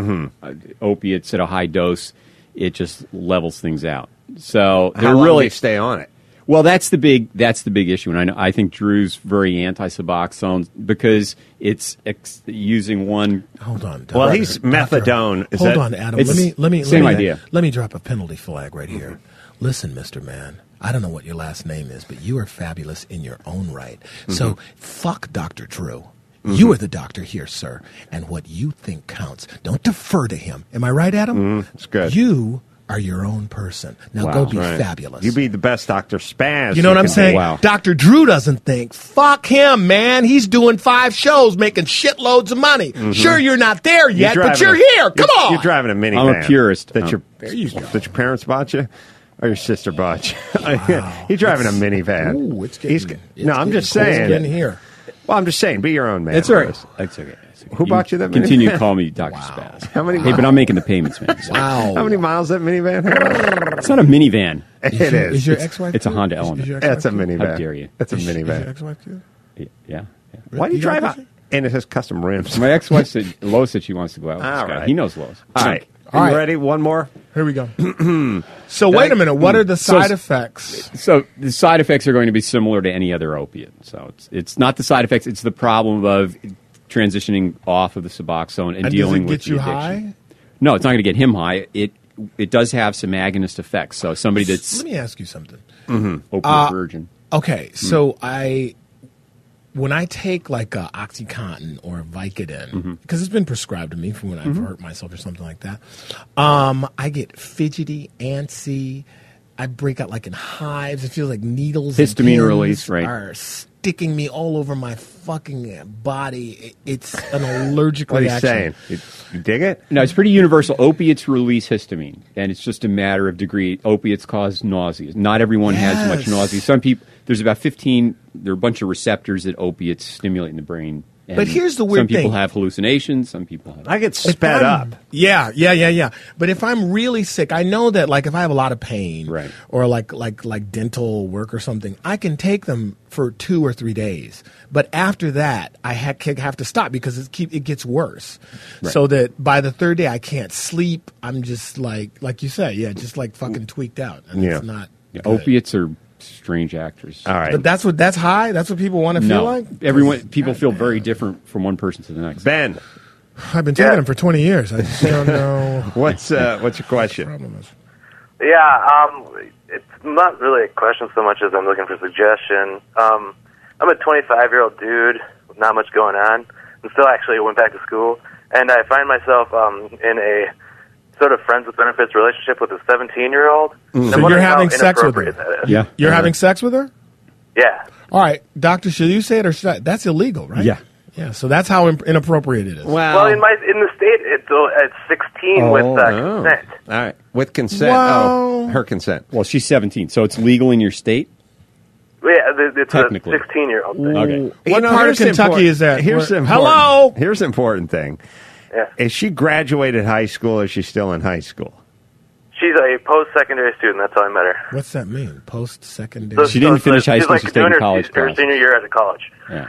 E: Mm-hmm.
F: opiates at a high dose, it just levels things out. So
E: How
F: they're
E: long do
F: really
E: you stay on it.
F: Well, that's the big that's the big issue, and I know, I think Drew's very anti Suboxone because it's ex- using one.
C: Hold on.
F: Well,
C: Doctor-
F: he's
C: Doctor,
F: methadone. Is
C: hold
F: that-
C: on, Adam.
F: It's
C: Let me let me
F: same
C: let me,
F: idea. Mm-hmm.
C: Let me drop a penalty flag right here. Listen, Mister Man. I don't know what your last name is, but you are fabulous in your own right.
F: Mm-hmm.
C: So fuck Doctor Drew. You are the doctor here, sir, and what you think counts. Don't defer to him. Am I right,
F: Mm-hmm.
C: Adam?
E: Mm, It's good.
C: You are your own person. Now go be
E: Right.
C: fabulous.
E: You be the best Dr. Spaz.
C: You know what
E: we
C: I'm
E: can
C: saying?
E: do. Wow.
C: Dr. Drew doesn't think. Fuck him, man. He's doing five shows, making shitloads of money.
F: Mm-hmm.
C: Sure, you're not there yet, but
E: driving
C: you're
E: a-
C: here. Come
E: you're-
C: on.
E: You're driving a minivan.
F: I'm a purist.
E: That
F: Oh.
E: your
F: There
E: that your parents bought you, or your sister bought you. He's driving a minivan.
C: Ooh, it's
E: He's-
C: getting- it's
E: no, I'm
C: getting
E: just
C: cold. It's
E: saying.
C: getting here.
E: Well, I'm just saying. Be your own man.
F: That's all right.
E: Chris.
F: That's okay. That's okay.
E: Who bought you that
F: Continue
E: minivan?
F: to call me Doctor Spaz.
E: How many
F: Hey, but I'm making the payments, man. So-
C: Wow.
E: How many miles that minivan? had?
F: It's not a minivan.
E: it is.
C: Is your ex-wife?
F: It's a Honda
C: Is- is
F: Element.
C: your ex-wife
E: That's a
C: cute?
E: minivan.
F: How dare you.
E: That's a
C: Is- Is your
E: minivan.
C: ex-wife cute?
F: Yeah. yeah.
E: Why do you
C: You got
E: drive
C: a
E: out?
C: picture?
E: And it has custom rims.
F: My ex-wife said Lois said she wants to go out. With
E: All
F: this guy.
E: right.
F: Oh, He knows Lois.
E: All right.
C: All
E: You
C: right.
E: ready? One more.
C: Here we go. so wait a minute.
E: Mm.
C: What are the
F: So-
C: side effects?
F: So the side effects are going to be similar to any other opiate. So it's it's not the side effects; it's the problem of transitioning off of the Suboxone and,
C: And does
F: dealing
C: it
F: with
C: get
F: the
C: you
F: addiction.
C: high?
F: No, it's not going to get him high. It it does have some agonist effects. So somebody that's Mm-hmm.
C: Let me ask you something.
F: opiate
C: uh,
F: virgin. Hmm.
C: Okay, so I when I take like a OxyContin or a Vicodin
F: Mm-hmm.
C: because it's been prescribed to me for when I've hurt myself or something like that, um, I get fidgety, antsy. I break out like in hives. It feels like needles, and
F: Histamine
C: pins
F: release, right.
C: Are sticking me all over my fucking body. It- It's an allergic
E: What are you
C: reaction.
E: saying? You, you dig it?
F: No, it's pretty universal. Opiates release histamine, and it's just a matter of degree. Opiates cause nausea. Not everyone has much
C: Yes.
F: nausea. Some people there's about fifteen. There are a bunch of receptors that opiates stimulate in the brain. And
C: But here's the
F: Some
C: weird
F: people
C: thing.
F: have hallucinations. Some people have.
E: I get
C: If
E: sped up.
C: I'm- Yeah, yeah, yeah, yeah. But if I'm really sick, I know that like if I have a lot of pain
F: Right.
C: or like like like dental work or something, I can take them for 2 or 3 days. But after that, I ha- ca- have to stop because it keep it gets worse. So that by the third day I can't sleep. I'm just like like you say, yeah, just like fucking tweaked out. And
E: Yeah.
C: it's not
F: Yeah,
C: good.
F: opiates are strange actors.
E: All right.
C: But that's what that's high. That's what people want to feel
F: no,
C: like.
F: everyone people feel very different from one person to the next.
E: Ben,
C: I've been taking them for twenty years. I just don't know.
E: What's uh, what's your question?
H: Yeah, um, it's not really a question so much as I'm looking for suggestion. Um, I'm a 25 year old dude with not much going on, and still actually went back to school, and I find myself um, in a sort of friends with benefits relationship with a 17 year old.
C: Mm. So you're having sex with her.
F: Yeah.
C: You're having sex with her.
H: Yeah.
C: All right, doctor. Should you say it or should I? That's illegal, right?
F: Yeah.
C: Yeah. So that's how imp- inappropriate it is.
H: Well, in my in the state, it's uh, at 16 with uh,
E: Oh.
H: consent.
E: All right. With consent.
H: Well-
E: Oh, her consent.
F: Well, she's 17, so it's legal in your state.
H: Yeah, th- it's a
F: Technically.
H: 16 year old thing.
F: Okay.
C: What part
E: here's
C: of Kentucky
E: important-
C: is that?
E: Here's
C: Where-
E: important,
C: Hello?
E: Here's the important thing.
H: Yeah.
E: Is she graduated high school or is she still in high school?
H: She's a post secondary student. That's how I met her.
C: What's that mean? Post secondary.
H: So- so- so she's like doing her, her senior year at a college.
F: Yeah.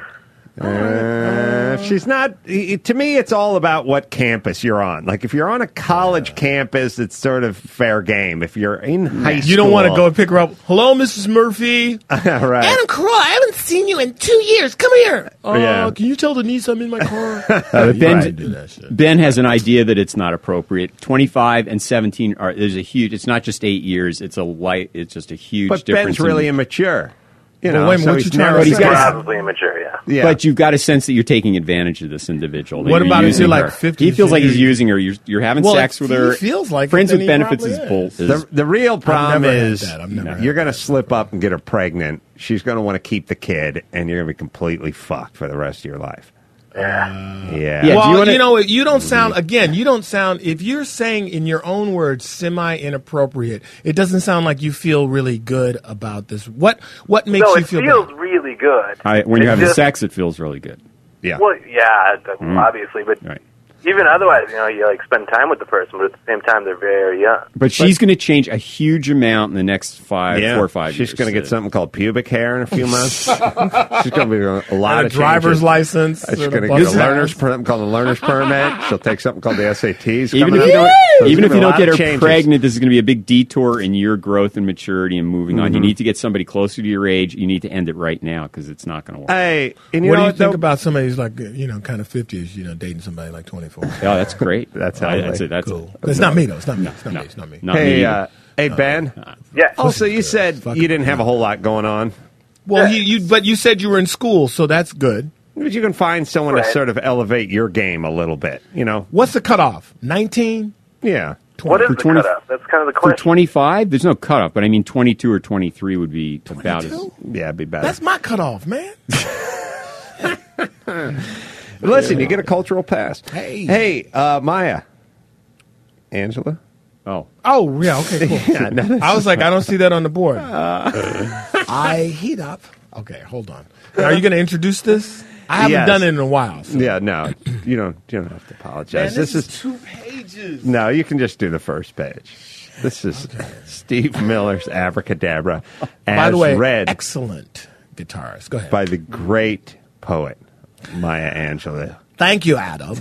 E: Uh, if she's not. i- To me, it's all about what campus you're on. Like, if you're on a college campus, it's sort of fair game. If you're in high school,
C: You don't want to go pick her up. Hello, Mrs. Murphy.
E: All right.
G: Adam Carolla, I haven't seen you in two years. Come here.
C: Uh,
E: Yeah.
C: Can you tell Denise I'm in my car?
F: Uh, but
C: You
F: Ben,
C: can't do that shit.
F: ben has an idea that it's not appropriate. 25 and 17 are there's a huge. It's not just eight years. It's a light. It's just a huge
E: But
F: difference.
E: Ben's really
F: in,
E: immature. You
C: Well,
E: know,
C: wait a minute,
E: so
C: what
E: he's
C: you trying to
E: narrow-
F: say? He's got a-
H: Probably immature, yeah.
E: yeah.
F: But you've got a sense that you're taking advantage of this individual. that
C: What about if
F: using
C: you're, like,
F: her.
C: 50?
F: He feels like he's using her. You're, you're having
C: Well,
F: sex
C: if
F: with
C: he
F: her.
C: feels like it,
F: friends
C: then
F: with
C: he
F: benefits
C: probably
F: is
C: is.
F: bull.
E: the,
F: Is,
E: the real problem
C: never had
E: is
C: that. I've never had
E: you're going to slip up and get her pregnant. She's going to want to keep the kid, and you're going to be completely fucked for the rest of your life. Yeah.
F: Yeah.
E: Yeah.
F: do
C: Uh, well,
F: you
C: you,
F: wanna-
C: know, you don't sound again. You don't sound if you're saying in your own words semi inappropriate. It doesn't sound like you feel really good about this. What what makes
H: No,
C: you
H: it
C: feel?
H: feels
C: bad?
H: really good.
F: I, when you're
H: It's
F: having
H: just-
F: sex, it feels really good.
H: Well, yeah, d- obviously, but
F: Right.
H: even otherwise, you know, you like spend time with the person, but at the same time, they're very young.
F: But she's going to change a huge amount in the next five,
E: Yeah.
F: four or five years.
E: She's going to get something called pubic hair in a few months. She's going to be a lot
C: And a
E: of
C: driver's
E: changes.
C: license.
E: She's
C: and
E: going to
C: bus
E: get a
C: pass.
E: learner's per- something called a learner's permit. She'll take something called the SATs.
F: Even
E: coming
F: if you
E: up.
F: don't,
E: So there's
F: even if you
E: gonna be a
F: don't
E: lot
F: get her
E: of changes.
F: pregnant, this is going to be a big detour in your growth and maturity and moving on.
E: Mm-hmm.
F: You need to get somebody closer to your age. You need to end it right now because it's not going to work.
E: Hey, and you
C: What
E: know
C: do you
E: what, though?
C: think about somebody who's like you know kind of fifty is you know dating somebody like twenty four?
F: oh, that's great.
E: That's
F: I,
E: healthy.
F: that's it. That's
C: Cool.
F: it.
C: It's not me though. It's not me. It's not me. It's not me. uh,
F: Not me
E: Hey,
F: either.
E: uh, hey, Ben.
H: Yeah.
E: Also, you said
C: Fuck
E: you
C: it.
E: didn't have a whole lot going on.
C: Well, you, you but you said you were in school, so that's good.
E: But you can find someone to
H: Right.
E: sort of elevate your game a little bit. You know?
C: What's the cutoff? Nineteen.
E: Yeah.
H: What is
F: For
H: the
F: 20
H: cutoff? That's kind of the
F: for
H: question.
F: 25, there's no cutoff, but I mean 22 or 23 would be about as.
E: Yeah, it'd be better.
C: That's my cutoff, man.
E: Listen, you get a cultural pass.
C: Hey.
E: Hey, uh, Maya. Angela?
F: Oh,
C: Oh yeah, okay, cool. I was like, I don't see that on the board.
E: Uh,
C: I heat up. Okay, hold on. Are you going to introduce this? I haven't
E: Yes.
C: done it in a while. so-
E: Yeah, no. You don't you don't have to apologize.
C: two pages.
E: No, you can just do the first page. This is Steve Miller's Abracadabra as
C: By the way,
E: read
C: excellent guitarist. Go ahead.
E: by the great poet Maya Angelou.
C: Thank you, Adam.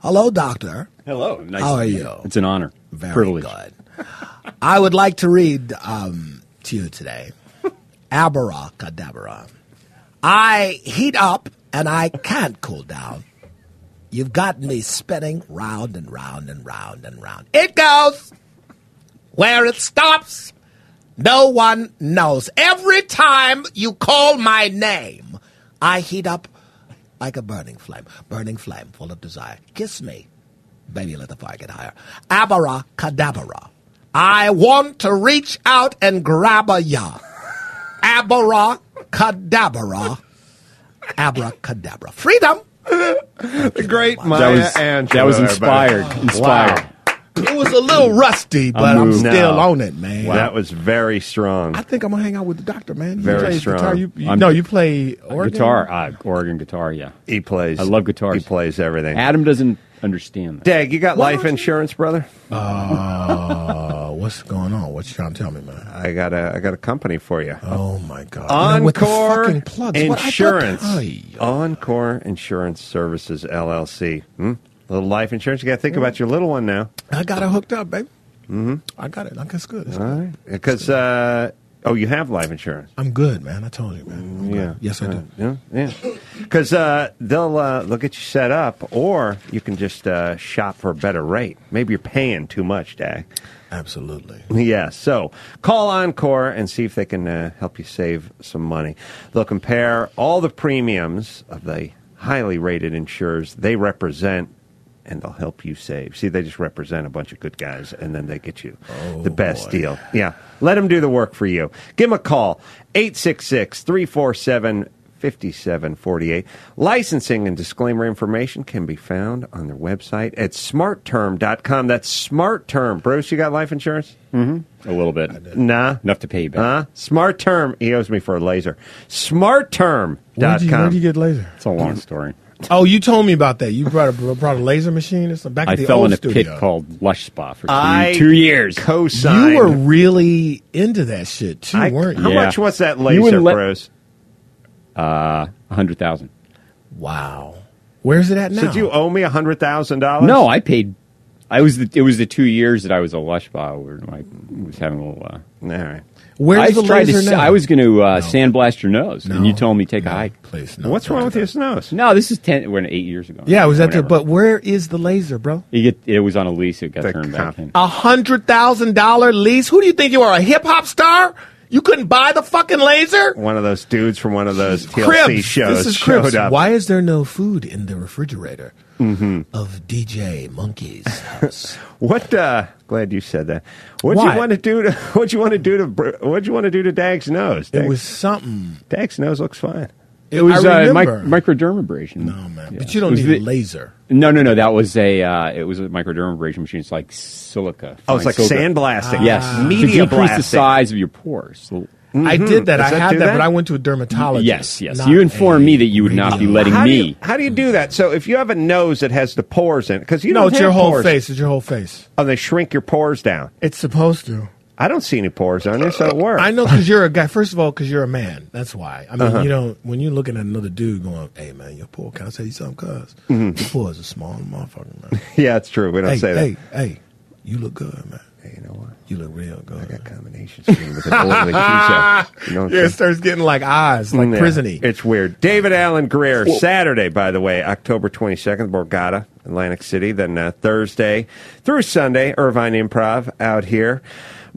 I: Hello, doctor.
F: hello. Nice.
C: Oh,
I: How are you?
F: It's an honor.
I: Very
F: privilege.
I: good. I would like to read um, to you today. Abracadabra. I heat up and I can't cool down. You've got me spinning round and round and round and round. It goes where it stops. No one knows. Every time you call my name, I heat up like a burning flame, burning flame full of desire. Kiss me. Baby, let the fire get higher. Abracadabra. I want to reach out and grab a ya. Abracadabra. Abracadabra. Freedom.
E: The great
F: That was, that was inspired. Inspired.
C: It was a little rusty, but I'm
E: moved.
C: still
E: No.
C: on it, man.
E: That was very strong.
C: I think I'm gonna hang out with the doctor, man. You
E: Very
C: play his
E: strong.
C: guitar. You, you,
F: I'm-
C: no, you play organ?
F: Guitar. Uh, Oregon guitar, yeah.
E: He plays.
F: I love guitars.
E: He plays everything.
F: Adam doesn't understand that.
E: Dag, you got life insurance, brother?
C: Uh, what's going on? What you trying to tell me, man?
E: I got a I got a company for you.
C: Oh my god! You know, with the
E: Encore
C: fucking plugs, what I thought-
E: Insurance.
C: Ay.
E: Encore Insurance Services LLC. Hmm? Little life insurance. You got to think about your little one now,
C: I got it hooked up, baby. Mm-hmm. I got it. Like it's good. It's good.
E: because uh, Oh, you have life insurance.
C: I'm good, man. I told you, man. I'm
E: Yeah.
C: good. Mm, Yes, I
E: Uh,
C: do.
E: Yeah, yeah. Because uh, they'll uh, they'll get you set up, or you can just uh, shop for a better rate. Maybe you're paying too much, Dag.
C: Absolutely.
E: Yeah. So call Encore and see if they can uh, help you save some money. They'll compare all the premiums of the highly rated insurers they represent. And they'll help you save. See, they just represent a bunch of good guys, and then they get you the best deal. Yeah. Let them do the work for you. Give them a call, 866 347 5748. Licensing and disclaimer information can be found on their website at smartterm.com. That's smart term. Bruce, you got life insurance?
F: Mm-hmm. A little bit.
E: Nah.
F: Enough to pay you back.
E: Huh? Smart term. He owes me for a laser. Smartterm.com.
C: Where do you, where'd you get laser?
F: It's a long story.
C: Oh, you told me about that. You brought a brought a laser machine. It's back at
F: I
C: the
F: fell
C: old
F: in a
C: studio.
F: pit called Lush Spa for two,
C: I
F: two years.
E: Co-signed.
C: You were really into that shit too, weren't you?
F: Yeah. You wouldn't let- Uh, hundred thousand.
C: Wow. Where's it at now?
E: Did you owe me $100,000?
F: No, I paid. I was the, it was the two years that I was a Lush Spa where I was having a little. Uh,
E: All right.
F: I
C: Where's the
F: tried to,
C: laser
F: s-
C: now?
F: I was going to uh, sandblast your nose, and you told me take a hike.
C: Please,
E: What's wrong with his nose?
F: No, this is ten. We're in eight years ago.
C: Yeah, it was that the
F: Whatever.
C: but where is the laser, bro?
F: You get- it was on a lease. It got turned back in.
C: A hundred thousand dollar lease? Who do you think you are? A hip hop star? You couldn't buy the fucking laser?
E: One of those dudes from one of those TLC
C: Cribs.
E: shows
C: This is
E: showed
C: Cribs.
E: up.
C: Why is there no food in the refrigerator
E: Mhm.
C: of DJ Monkeys?
E: What? uh Glad you said that. What'd
C: Why?
E: you want to do? To, what'd you want to do to? Br- What'd you want to do to Dag's nose?
C: It
E: Dag-
C: was something.
E: Dag's nose looks fine.
F: It was
E: I
F: uh, mic-
E: remember.
F: microdermabrasion. No man,
C: But you don't need a laser.
F: No, no, no. That was a uh, it was a microdermabrasion machine. It's like silica.
E: Oh, it's
F: fine
E: like sandblasting.
F: Yes,
E: Ah. Media
F: to decrease
E: blasting.
F: the size of your pores.
C: I did that.
E: Does
C: I
E: that
C: had
E: do
C: that,
E: that?
C: but I went to a dermatologist.
F: Yes, yes.
C: not
F: you informed me that you would not be letting
E: how
F: me.
E: Do you, how do you do that? So if you have a nose that has the pores in it, because you
C: no,
E: don't
C: it's
E: have
C: your whole
E: pores,
C: face. It's your whole face.
E: and they shrink your pores down.
C: It's supposed to.
E: I don't see any pores on there, so it works.
C: I know because you're a guy. First of all, because you're a man. That's why. I mean,
E: Uh-huh.
C: you know, when you're looking at another dude going, "Hey, man, you're poor. Can I tell you something? because your poor is a small motherfucker, man.
E: yeah, it's true. Mm-hmm. We don't
C: hey,
E: say that.
C: hey, hey, you look good, man. Hey, you know what? You look real good. I got
E: combinations with an old and a Keisha. You know what I'm
C: yeah, it
E: saying?
C: starts getting like eyes, like
E: Yeah,
C: prisony.
E: It's weird. David Allen Greer,
C: Well-
E: Saturday, by the way, October 22nd, Borgata, Atlantic City. Then uh, Thursday through Sunday, Irvine Improv out here.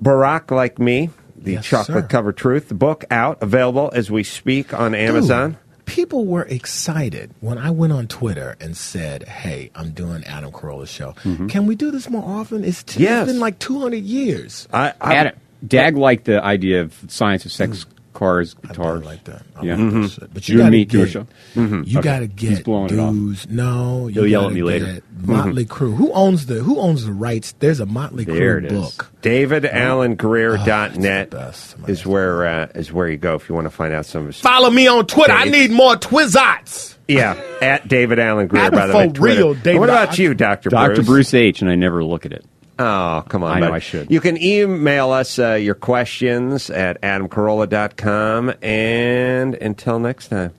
E: Barack Like Me, The Chocolate Cover Truth, the book out, available as we speak on Amazon.
C: People were excited when I went on Twitter and said, "Hey, I'm doing Adam Carolla's show.
E: Mm-hmm.
C: Can we do this more often? It's, t-
E: Yes.
C: it's been like 200 years."
E: I, I,
F: Adam, Dag liked the idea of science of sex, cars, guitars. Mm. I like
C: that.
F: yeah,
E: Mm-hmm.
C: But
F: you
C: gotta
F: and me do a
C: get-
F: show.
C: You
F: Okay.
C: got to
F: He's
C: get
F: blowing it off.
C: dudes. No, you
F: He'll yell at
C: gotta
F: me later. Mm-hmm.
C: get Motley Crue. Who owns the Who owns the rights? There's a Motley
E: There
C: Crue
E: it is.
C: book. Oh,
E: DavidAllenGreer.net is where uh, is where you go if you want to find out some of his
C: Follow me on Twitter. I need more Twizzots.
E: Yeah, at David Allen Greer, by the
C: for
E: way. Twitter.
C: real,
E: And
C: David
E: What about
C: Allen-
E: you, Dr.
F: Dr.
E: Bruce?
F: Bruce. H, and I never look at it.
E: Oh, come on.
F: I know
E: buddy.
F: I should.
E: You can email us uh, your questions at adamcarolla.com. And until next time,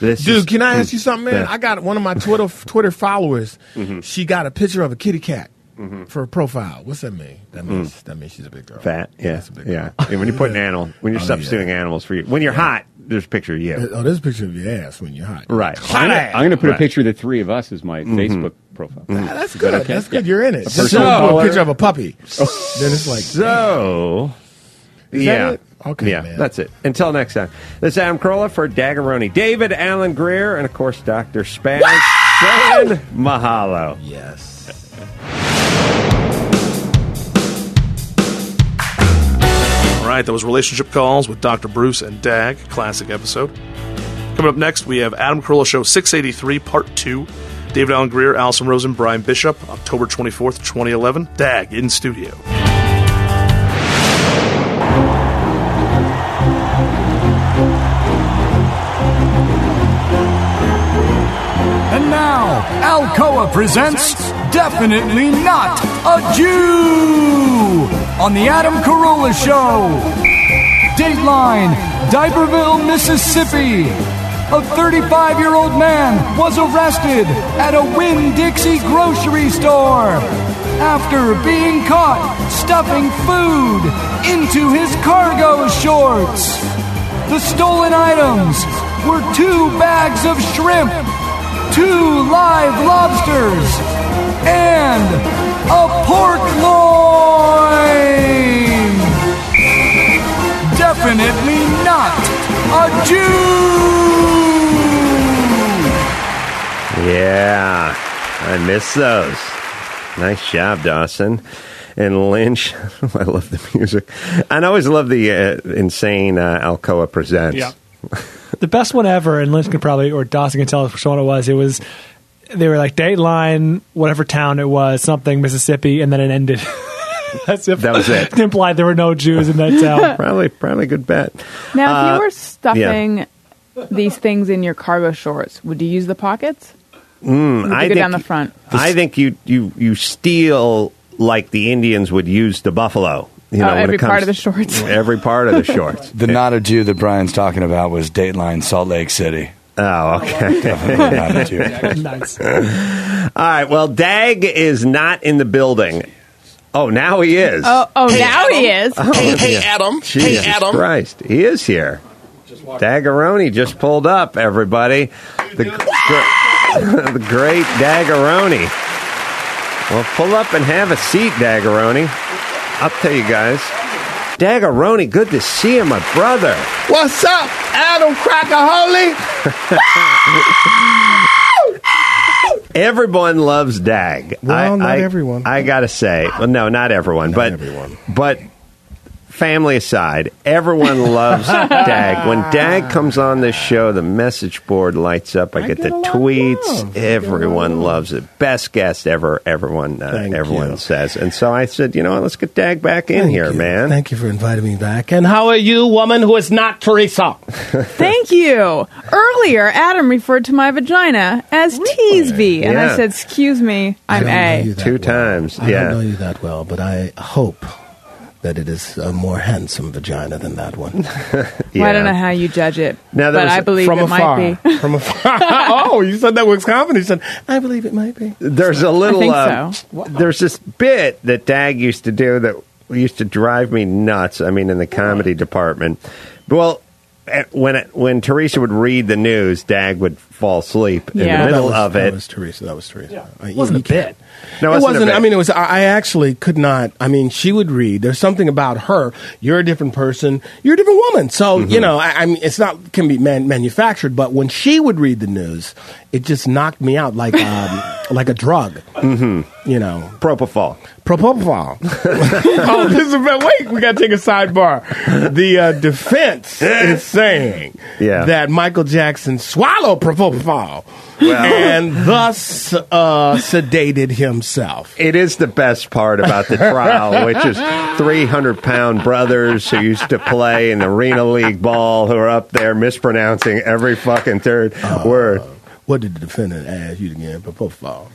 E: this
C: Dude,
E: is-
C: can I ask you something, man?
E: Yeah.
C: I got one of my Twitter Twitter followers.
F: Mm-hmm.
C: She got a picture of a kitty cat for a profile. What's that mean? That means
F: Mm.
C: that means she's a big girl.
E: Fat, yeah, yeah. And when you put an animal, when you're
C: Oh,
E: substituting animals for you, when you're hot, there's a picture of
C: Uh,
E: you.
C: Oh, there's a picture of your ass when you're hot.
E: Right.
F: I'm gonna- I'm going to put a
E: Right. Mm-hmm.
F: picture of the three of us as my Facebook profile.
C: Ah, that's
F: Mm. Is
C: good.
F: that okay?
C: That's good.
F: Yeah.
C: You're in it.
F: A
C: Just
F: personal
C: don't do a
F: color. Oh.
C: picture of a puppy. then it's like
E: so.
C: Is that
E: yeah.
C: it? Okay,
E: yeah,
C: man.
E: that's it. Until next time, this is Adam Carolla for Daggeroni, David Allen Greer, and of course, Dr. Spaz saying mahalo.
C: Yes.
A: All right, that was Relationship Calls with Dr. Bruce and Dag. Classic episode. Coming up next, we have Adam Carolla Show 683, Part 2. David Allen Greer, Allison Rosen, Brian Bishop, October 24th, 2011. Dag in studio.
J: And now, Alcoa presents Definitely Not a Jew on The Adam Carolla Show. Dateline, Diaperville, Mississippi. A 35 year old man was arrested at a Winn Dixie grocery store. after being caught stuffing food into his cargo shorts. The stolen items were two bags of shrimp, two live lobsters, and a pork loin. Definitely not a Jew.
E: Yeah, I miss those. Nice job, Dawson. And Lynch, I love the music. And I always love the uh, insane uh, Alcoa Presents.
K: Yeah. the best one ever, and Lynch can probably or Dawson can tell us which one it was. It was they were like Dateline, whatever town it was, something Mississippi, and then it ended. That's if
E: That was it.
K: to imply there were no Jews in that town.
E: probably, probably good bet.
L: Now, if
E: Uh,
L: you were stuffing
E: yeah.
L: these things in your cargo shorts, would you use the pockets?
E: Mm,
L: Would you
E: I
L: go
E: think
L: down the front?
E: I think you you you steal like the Indians would use the buffalo. You know,
L: Oh,
E: when it
L: every part
E: comes-
L: of the shorts.
E: Every part of the shorts.
M: The not a Jew that Brian's talking about was Dateline Salt Lake City.
E: Oh, okay.
M: Definitely not a Jew.
K: nice.
E: All right. Well, Dag is not in the building. Oh, now he is.
L: Oh, oh
N: Hey,
L: now he is.
E: Oh, yeah. Jesus Christ, he is here. Dagaroni just pulled up, everybody. The, gr- the great Dagaroni. Well, pull up and have a seat, Dagaroni. I'll tell you guys. Dagaroni, good to see you, my brother.
I: What's up, Adam Cracker Holy?
E: Everyone loves Dag.
O: Well,
E: I,
O: not
E: I-
O: everyone.
E: I gotta say, well, no, not everyone, but everyone. but family aside, everyone loves Dag. When Dag comes on this show, the message board lights up. I, get, the tweets. Everyone loves it. Best guest ever. Everyone, uh, everyone says. And so I said, you know what? Let's get Dag back in here, man.
C: Thank you for inviting me back.
I: and how are you, woman who is not Teresa?
L: Thank you. Earlier, Adam referred to my vagina as Teasby, and
E: Yeah.
L: I said, "Excuse me, I'm A."
E: Two times.
C: I
E: yeah.
C: don't know you that well, but I hope that it is a more handsome vagina than that one.
L: Well, I don't know how you judge it,
C: Now, that
L: but
C: was
L: I believe
C: from
L: it
C: afar.
L: might be.
C: From afar. oh, you said that with confidence. You said, I believe it might be.
E: There's a little.
C: I think
E: uh,
C: so. oh.
E: There's this bit that Dag used to do that used to drive me nuts. I mean, in the comedy department. Well, eh, when it, when Teresa would read the news, Dag would fall asleep in the
C: That
E: middle
C: was-
E: of it.
C: That was Teresa. That was Teresa. I-
E: It
C: you-
E: wasn't
C: you
E: a
C: can't-
E: No, it
C: it
E: wasn't a
C: wasn't. I
E: bit.
C: mean, it was. I I actually could not. I mean, she would read. There's something about her. You're a different person. You're a different woman. So
E: Mm-hmm.
C: you know, I, I mean, it's not can be man, manufactured. But when she would read the news, it just knocked me out like um, like a drug. Mm-hmm. You know,
E: propofol.
C: Propofol. oh, this is about, wait. We got to take a sidebar. The uh, defense is saying
E: Yeah.
C: that Michael Jackson swallowed
E: Well-
C: propofol and thus uh, sedated himself.
E: It is the best part about the trial, which is 300 pound brothers who used to play in the Arena League ball who are up there mispronouncing every fucking third word.
C: Oh. What did the defendant ask you again? Propofol.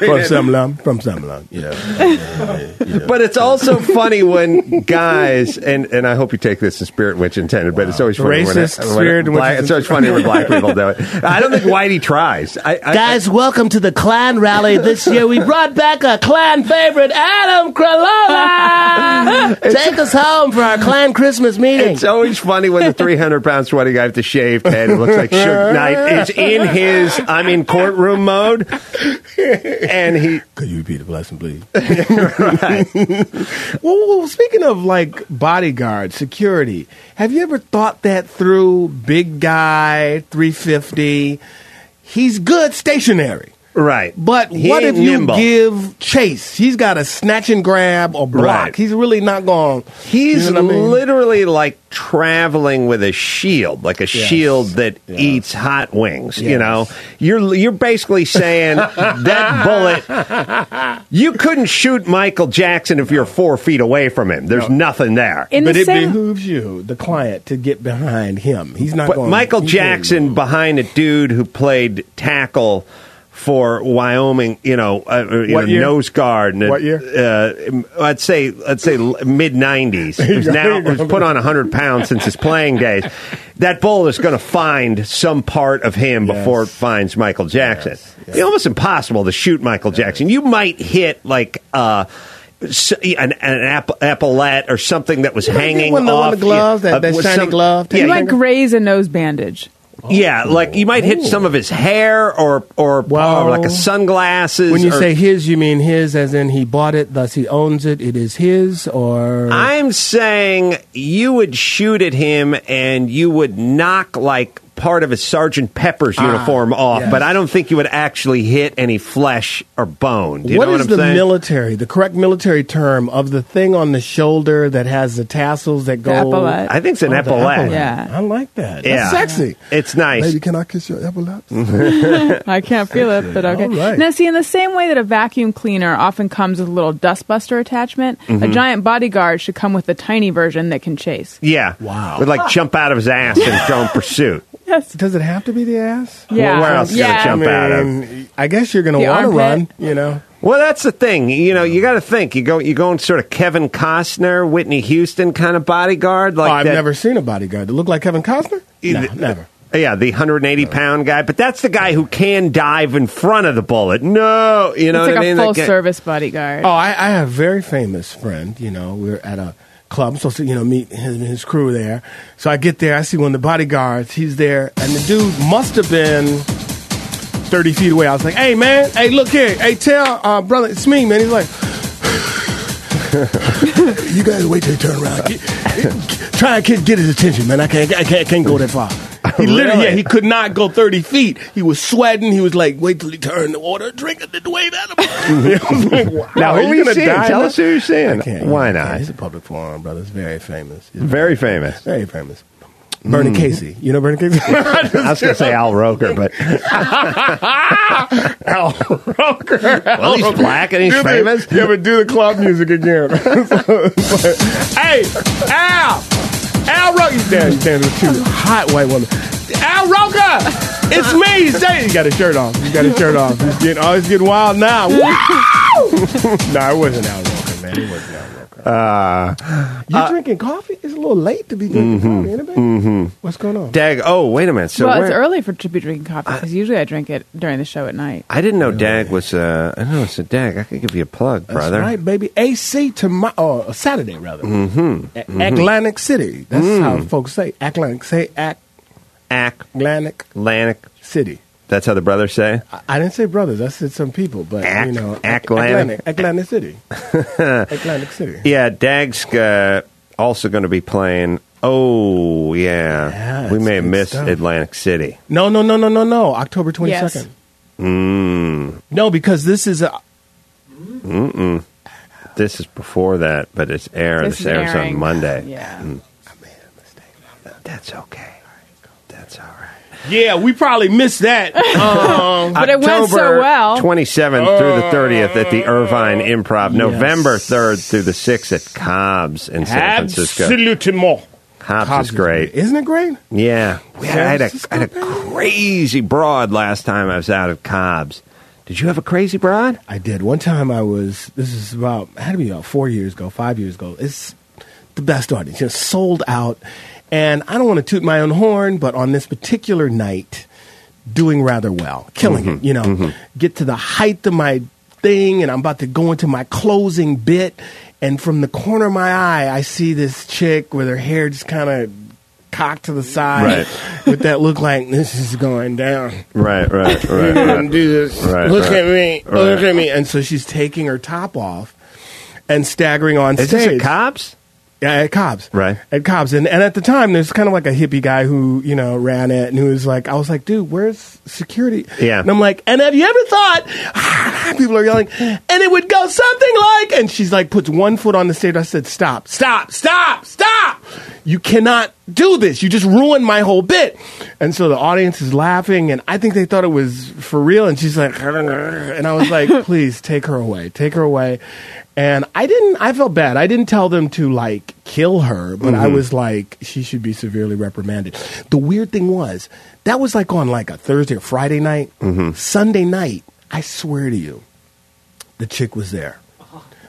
C: from Semlum. From Semlum. Yeah.
E: But it's also funny when guys and and I hope you take this in spirit, which intended. But it's always funny when,
C: Racist
E: it- when it-
C: spirit in which
E: black,
C: it's-
E: it's always funny when black people do it. I don't think Whitey tries. I, I,
I: Guys, welcome to the Klan rally this year. We brought back our Klan favorite, Adam Kralola. Take us home for our Klan Christmas meeting.
E: It's always funny when the 300 pound sweaty guy with the shaved head who looks like Suge Knight is in his I'm in courtroom mode. And he.
C: Could you repeat the blessing, please?
E: right.
C: well, well, speaking of like bodyguard security, have you ever thought that through? Big guy, 350. He's good stationary.
E: Right.
C: But
E: He
C: what if
E: ain't
C: you
E: nimble.
C: give chase? He's got a snatch and grab or block.
E: Right.
C: He's really not going.
E: He's
C: you know what I mean?
E: literally like traveling with a shield, like a shield that eats hot wings. You
C: Yes.
E: know, you're you're basically saying that bullet. You couldn't shoot Michael Jackson if you're four feet away from him. There's nothing there.
C: but it behooves you, the client, to get behind him. He's not
E: But
C: going.
E: Michael
C: he's
E: Jackson behind a dude who played tackle for Wyoming, you know, uh, uh, you
C: What
E: know,
C: year?
E: nose guard. and,
C: What year?
E: Uh, um, I'd say I'd say mid nineties.
C: There you go,
E: Now
C: there you
E: who's
C: go.
E: put on hundred pounds since his playing days. That bull is going to find some part of him before it finds Michael Jackson. It's almost impossible to shoot Michael Jackson. You might hit like. Uh, s- an, an app- epaulette or something that was
L: You might get
E: hanging
L: one of the- one
E: off
L: of the gloves,
E: yeah,
L: that- that
E: with
L: shiny
P: glove
E: yeah,
L: you might graze a nose bandage.
C: Oh.
E: yeah, like you might hit some of his hair or or, or like a sunglasses.
C: When you
E: or-
C: say his, you mean his as in he bought it, thus he owns it, it is his, or.
E: I'm saying you would shoot at him and you would knock like part of his Sergeant Pepper's
Q: Ah,
E: uniform off,
Q: yes.
E: but I don't think you would actually hit any flesh or bone. Do you
C: what
E: know what
C: is
E: I'm
C: the
E: saying?
C: military, the correct military term of the thing on the shoulder that has the tassels that go?
E: epaulette. I think it's an
C: Oh, the
E: epaulette.
C: Yeah, I like that.
E: Yeah.
C: That's sexy.
E: It's nice.
C: Baby,
R: can I kiss your epaulette?
E: Mm-hmm.
L: I can't feel it, but okay.
R: All right.
L: Now, see, in the same way that a vacuum cleaner often comes with a little dustbuster attachment, a
C: Mm-hmm.
E: Mhm.
L: giant bodyguard should come with a tiny version that can chase.
E: Yeah. Wow. Would like jump out of his ass and go in pursuit.
L: Yes.
C: Does it have to be the ass?
E: Yeah. Well, where else is it gonna Yeah. jump out of?
C: mean, I guess you're going to
E: The
C: want to
E: armpit.
C: run. You know.
E: Well, that's the thing. You know, you got to think. You go, you going sort of Kevin Costner, Whitney Houston kind of bodyguard. Like
C: oh, I've
E: that-
C: never seen a bodyguard that looked like Kevin Costner. No, never.
E: Yeah, the 180 pound guy, but that's the guy who can dive in front of the bullet. No, you know
L: it's
E: what
L: like
E: I mean?
L: a
E: That
L: full
E: guy-
L: service bodyguard.
C: Oh, I, I have a very famous friend. You know, we're at a club. I'm supposed to, you know, meet him and his crew there. So I get there. I see one of the bodyguards. He's there, and the dude must have been 30 feet away. I was like, "Hey, man. Hey, look here. Hey, tell uh, brother, it's me, man." He's like, "You guys wait till he turn around. Get- get- Try and get, get his attention, man. I can't. I can't, I can't go that far." He literally, yeah, he could not go 30 feet. He was sweating. He was like, wait till he turned the water, drink it the way that
E: Now,
C: Are
E: who are
C: you
E: you
C: gonna
E: seeing?
C: die
E: Tell
C: now?
E: us who you're seeing.
C: I can't.
E: Why
C: I can't.
E: not?
C: He's a public forum, brother. It's very famous. It's
E: Very famous. Hmm.
C: very famous. Bernie Casey. You know Bernie Casey?
E: I was going to say Al Roker, but
C: Al Roker.
E: Well,
C: Oh,
E: he's black and he's
C: Do the-
E: famous.
C: yeah, but do the club music again. hey, Al! Al Roker! He's dancing, he's dancing with two hot white women. Al Roker! It's me! Say, he got his shirt off. He got his shirt off. He's getting, oh, he's getting wild now. Woo! nah, it wasn't Al Roker, man. It wasn't Al Roker.
E: uh,
C: You drinking coffee? It's a little late to be drinking coffee. ain't it, babe?
E: mm-hmm.
C: What's going on?
E: Dag. Oh, wait a minute. So
L: well, it's
E: where-
L: early for to be drinking coffee because usually I drink it during the show at night.
E: I didn't know Dag was. Uh, I know it's a Dag. I could give you a plug,
C: That's
E: brother.
C: right, baby. AC tomorrow, or Saturday rather.
E: Mm-hmm.
C: A-
E: Mhm.
C: Atlantic City. That's
E: Mm.
C: how folks say Atlantic. Say Ac- Atlantic.
E: Atlantic
C: City.
E: That's how the brothers say.
C: I- I didn't say brothers. I said some people, but you know, Ac-
E: Atlantic.
C: Atlantic, Atlantic City, Atlantic City.
E: Yeah, Dag's uh, also going to be playing. Oh, yeah. we may have missed
C: stuff.
E: Atlantic City.
C: No, no, no, no, no, no. October twenty second.
E: Mm.
C: No, because this is a.
E: Mm-mm. This is before that, but it's air. This,
C: This is
E: airs
C: airing.
E: on Monday.
C: Yeah.
E: Mm. That's okay. That's all right.
C: Yeah, we probably missed that. Um,
E: October 27th through
C: Oh.
E: the 30th at the Irvine Improv. November 3rd through the 6th at Cobb's in San Francisco.
C: Absolutely more.
E: Cobb's, is great.
C: Isn't it great?
E: Yeah. We had, I, had a, I had a crazy broad last time I was out at Cobb's. Did you have a crazy broad?
C: I did. One time I was, this is about, it had to be about four years ago, five years ago. It's the best audience, just sold out. And I don't want to toot my own horn, but on this particular night, doing rather well, killing
E: Mm-hmm.
C: it, you know, get to the height of my thing, and I'm about to go into my closing bit. And from the corner of my eye, I see this chick with her hair just kind of cocked to the side
E: Right.
C: with that look like this is going down.
E: Right, right, right.
C: You're gonna
E: right.
C: do this.
E: Right,
C: look
E: right,
C: at me.
E: right.
C: Look at me. And so she's taking her top off and staggering on
E: Is
C: stage.
E: this at Cobb's?
C: Yeah, at Cobb's.
E: Right.
C: At Cobb's. And, and at the time, there's kind of like a hippie guy who, you know, ran it and who was like, I was like, dude, where's security?
E: Yeah.
C: And I'm like, and have you ever thought, people are yelling, and it would go something like, and she's like, puts one foot on the stage. I said, stop, stop, stop, stop. You cannot do this. You just ruined my whole bit. And so the audience is laughing, and I think they thought it was for real. And she's like, and I was like, please take her away, take her away. And I didn't, I felt bad. I didn't tell them to like kill her, but I
N: Mhm.
C: was like, she should be severely reprimanded. The weird thing was, that was like on like a Thursday or Friday night.
E: Mm-hmm.
C: Sunday night, I swear to you, the chick was there.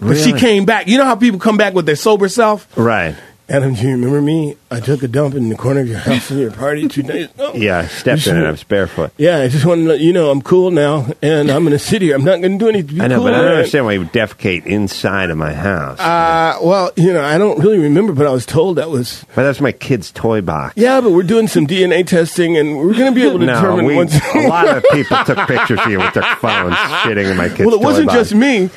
C: But she
N: Really?
C: came back. You know how people come back with their sober self?
E: Right.
C: Adam, do you remember me? I took a dump in the corner of your house at your party two days ago.
E: Yeah, I stepped in and I was barefoot.
C: Yeah, I just want to let you know I'm cool now, and I'm going to sit here. I'm not going to do anything. to be
E: I know,
C: cool,
E: but I don't
C: man.
E: understand why you would defecate inside of my house.
C: Uh, well, you know, I don't really remember, but I was told that was.
E: But that's my kid's toy box.
C: Yeah, but we're doing some DNA testing, and we're going to be able to
E: No,
C: determine
E: we,
C: what's.
E: a lot of people took pictures of you with their phones shitting in my kid's
C: Well, it
E: toy
C: wasn't
E: box.
C: just me.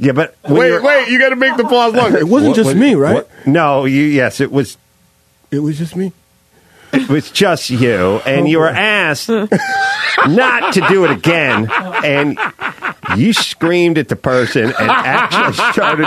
E: Yeah, but when
C: Wait,
E: you're-
C: wait, you got to make the pause longer. It wasn't
E: What-
C: just
E: what-
C: me, right?
E: what- no, you. Yes, it was.
C: It was just me. Oh,
E: It was just you, and you were asked not to do it again, and you screamed at the person and actually started.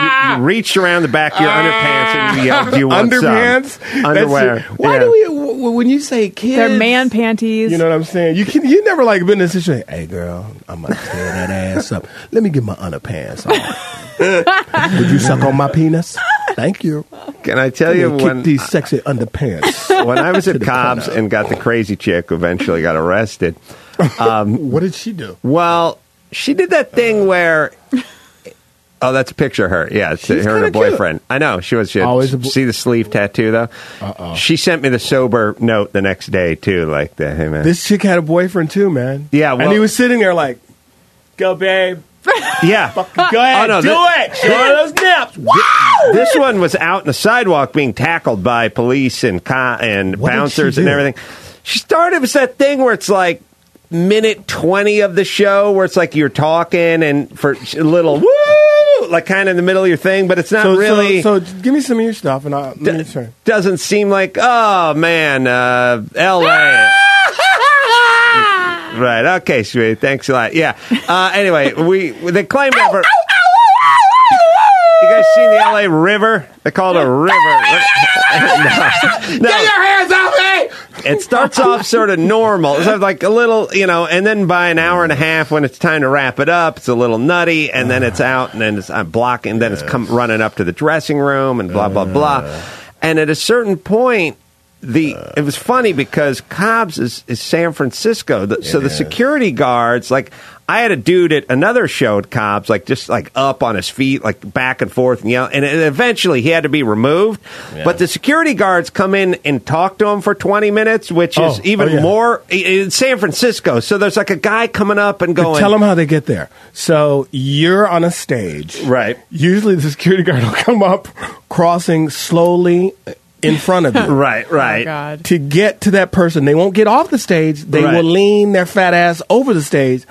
E: You, you reached around the back of your underpants and you yelled, "Do you want some?"
C: Underpants? That's
E: Underwear.
C: it. Why
E: Yeah.
C: do we? w- w- When you say kids,
L: They're man panties.
C: You know what I'm saying? You can. You never like been in a situation. Hey, girl, I'm gonna tear that ass up. Let me get my underpants on. Would you suck on my penis? Thank you.
E: Can I tell you
C: Let me kick
E: when
C: these sexy underpants?
E: when I was
C: to
E: at
C: the
E: Cobb's
C: corner.
E: and got the crazy chick, who eventually got arrested. Um,
C: what did she do?
E: Well, she did that
C: Uh.
E: thing where. Oh, that's a picture of her. Yeah, it's her and her
C: kinda cute.
E: boyfriend. I know she was. She had-
C: Always a bo-
E: see the sleeve tattoo though. Uh-oh. She sent me the sober note the next day too, like the hey man.
C: This chick had a boyfriend too, man.
E: Yeah,
C: and
E: well-
C: he was sitting there like, "Go, babe,
E: yeah, Oh, go
C: ahead, do it, show her those nips." Wow.
E: This one was out on the sidewalk being tackled by police and co- and
C: did
E: bouncers
C: she
E: and
C: do?
E: everything. She started with that thing where it's like minute 20 of the show where it's like you're talking and for a little woo like kind of in the middle of your thing but it's not
C: so,
E: really
C: So, so give me some of your stuff, and I'll let me turn.
E: doesn't seem like oh man uh la right okay sweetie thanks a lot yeah uh anyway we they claimed over you guys seen the la river they call it a river No. No.
J: hands off me!
E: it starts off sort of normal. It's like a little, you know, and then by an hour and a half, when it's time to wrap it up, it's a little nutty, and then it's out, and then it's I'm blocking, and then it's come running up to the dressing room, and blah blah blah. And at a certain point, the it was funny because Cobb's is, is San Francisco, the, so the security guards like. I had a dude at another show at Cobb's, like just like up on his feet, like back and forth and yell. And eventually he had to be removed. But the security guards come in and talk to him for 20 minutes, which
C: Oh,
E: is even
C: oh, yeah.
E: more in San Francisco. So there's like a guy coming up and going,
C: Tell them how they get there. So you're on a stage,
E: right?
C: Usually, the security guard will come up, crossing slowly in front of you,
E: right, right,
C: to get to that person. They won't get off the stage. They
E: Right.
C: will lean their fat ass over the stage.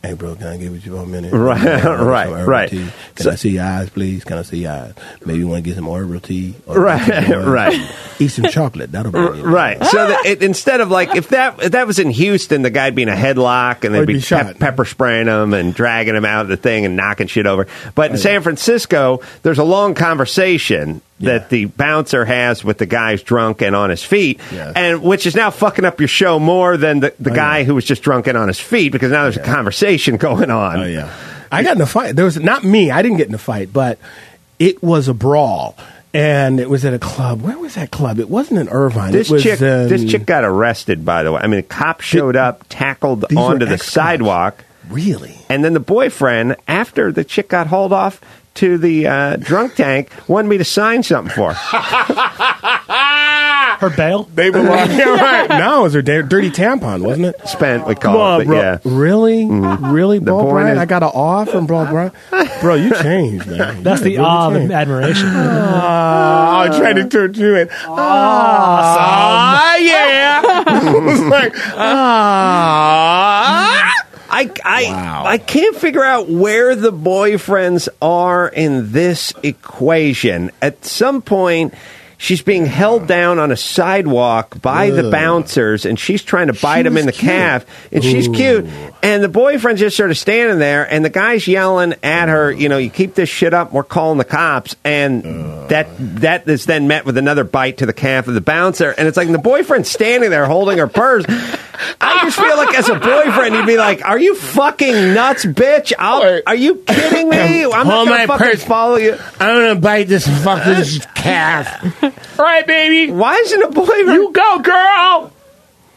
C: Hey, bro, can I get with you for a minute?
E: Right,
C: Can I get some
E: right,
C: herbal
E: right.
C: tea? uh, Can I see your eyes, please? Can I see your eyes? Maybe you want to get some herbal tea, Or
E: Right,
C: get some oil?
E: right.
C: Eat some chocolate. That'll be
E: R- Uh, right. So that it, instead of like if that if that was in Houston, the guy'd be in a headlock and they'd
C: Or he'd
E: be,
C: be shot.
E: pep- pepper spraying him and dragging him out of the thing and knocking shit over. But in San Francisco, there's a long conversation that the bouncer has with the guy who's drunk and on his feet, and which is now fucking up your show more than the, the guy who was just drunk and on his feet because now there's a conversation going on. Oh
C: yeah. I got in a fight. There was not me. I didn't get in a fight, but it was a brawl, and it was at a club. Where was that club? It wasn't in Irvine.
E: This
C: it was um,
E: chick,
C: in-
E: this chick got arrested. By the way, I mean, a cop showed up, tackled
C: These were
E: onto the
C: ex-cops.
E: sidewalk.
C: Really?
E: And then the boyfriend, after the chick got hauled off to the uh, drunk tank, wanted me to sign something for her.
K: Her bail?
C: They belong. yeah, right. No, it was her da- dirty tampon, wasn't it?
E: Spent, we
C: Come
E: call
C: on,
E: it. But
C: bro.
E: yeah. Mm-hmm.
C: Really? Really,
E: The
C: Bro
E: point
C: Bryant?
E: is-
C: I got an awe from Bro Bryant? Bro, you changed, man.
K: That's
C: You
K: the
C: really
K: awe
C: changed.
K: of admiration.
C: Ah, I tried to turn you in. Ah, yeah. I was like, ah.
E: I, I, I can't figure out where the boyfriends are in this equation. At some point, She's being held down on a sidewalk by the
C: Ugh.
E: bouncers, and she's trying to bite him in the
C: She's cute.
E: calf. And she's
C: Ooh.
E: cute. And the boyfriend's just sort of standing there, and the guy's yelling at her, you know, you keep this shit up, we're calling the cops. And that that is then met with another bite to the calf of the bouncer. And it's like the boyfriend's standing there holding her purse. I just feel like as a boyfriend, you'd be like, "Are you fucking nuts, bitch? I'll, are you kidding me? I'm not
C: Hold
E: gonna
C: my
E: fucking
C: purse.
E: follow you.
C: I'm gonna bite this fucking calf.
L: All right, baby.
E: Why isn't a boyfriend?
L: You
E: go, girl.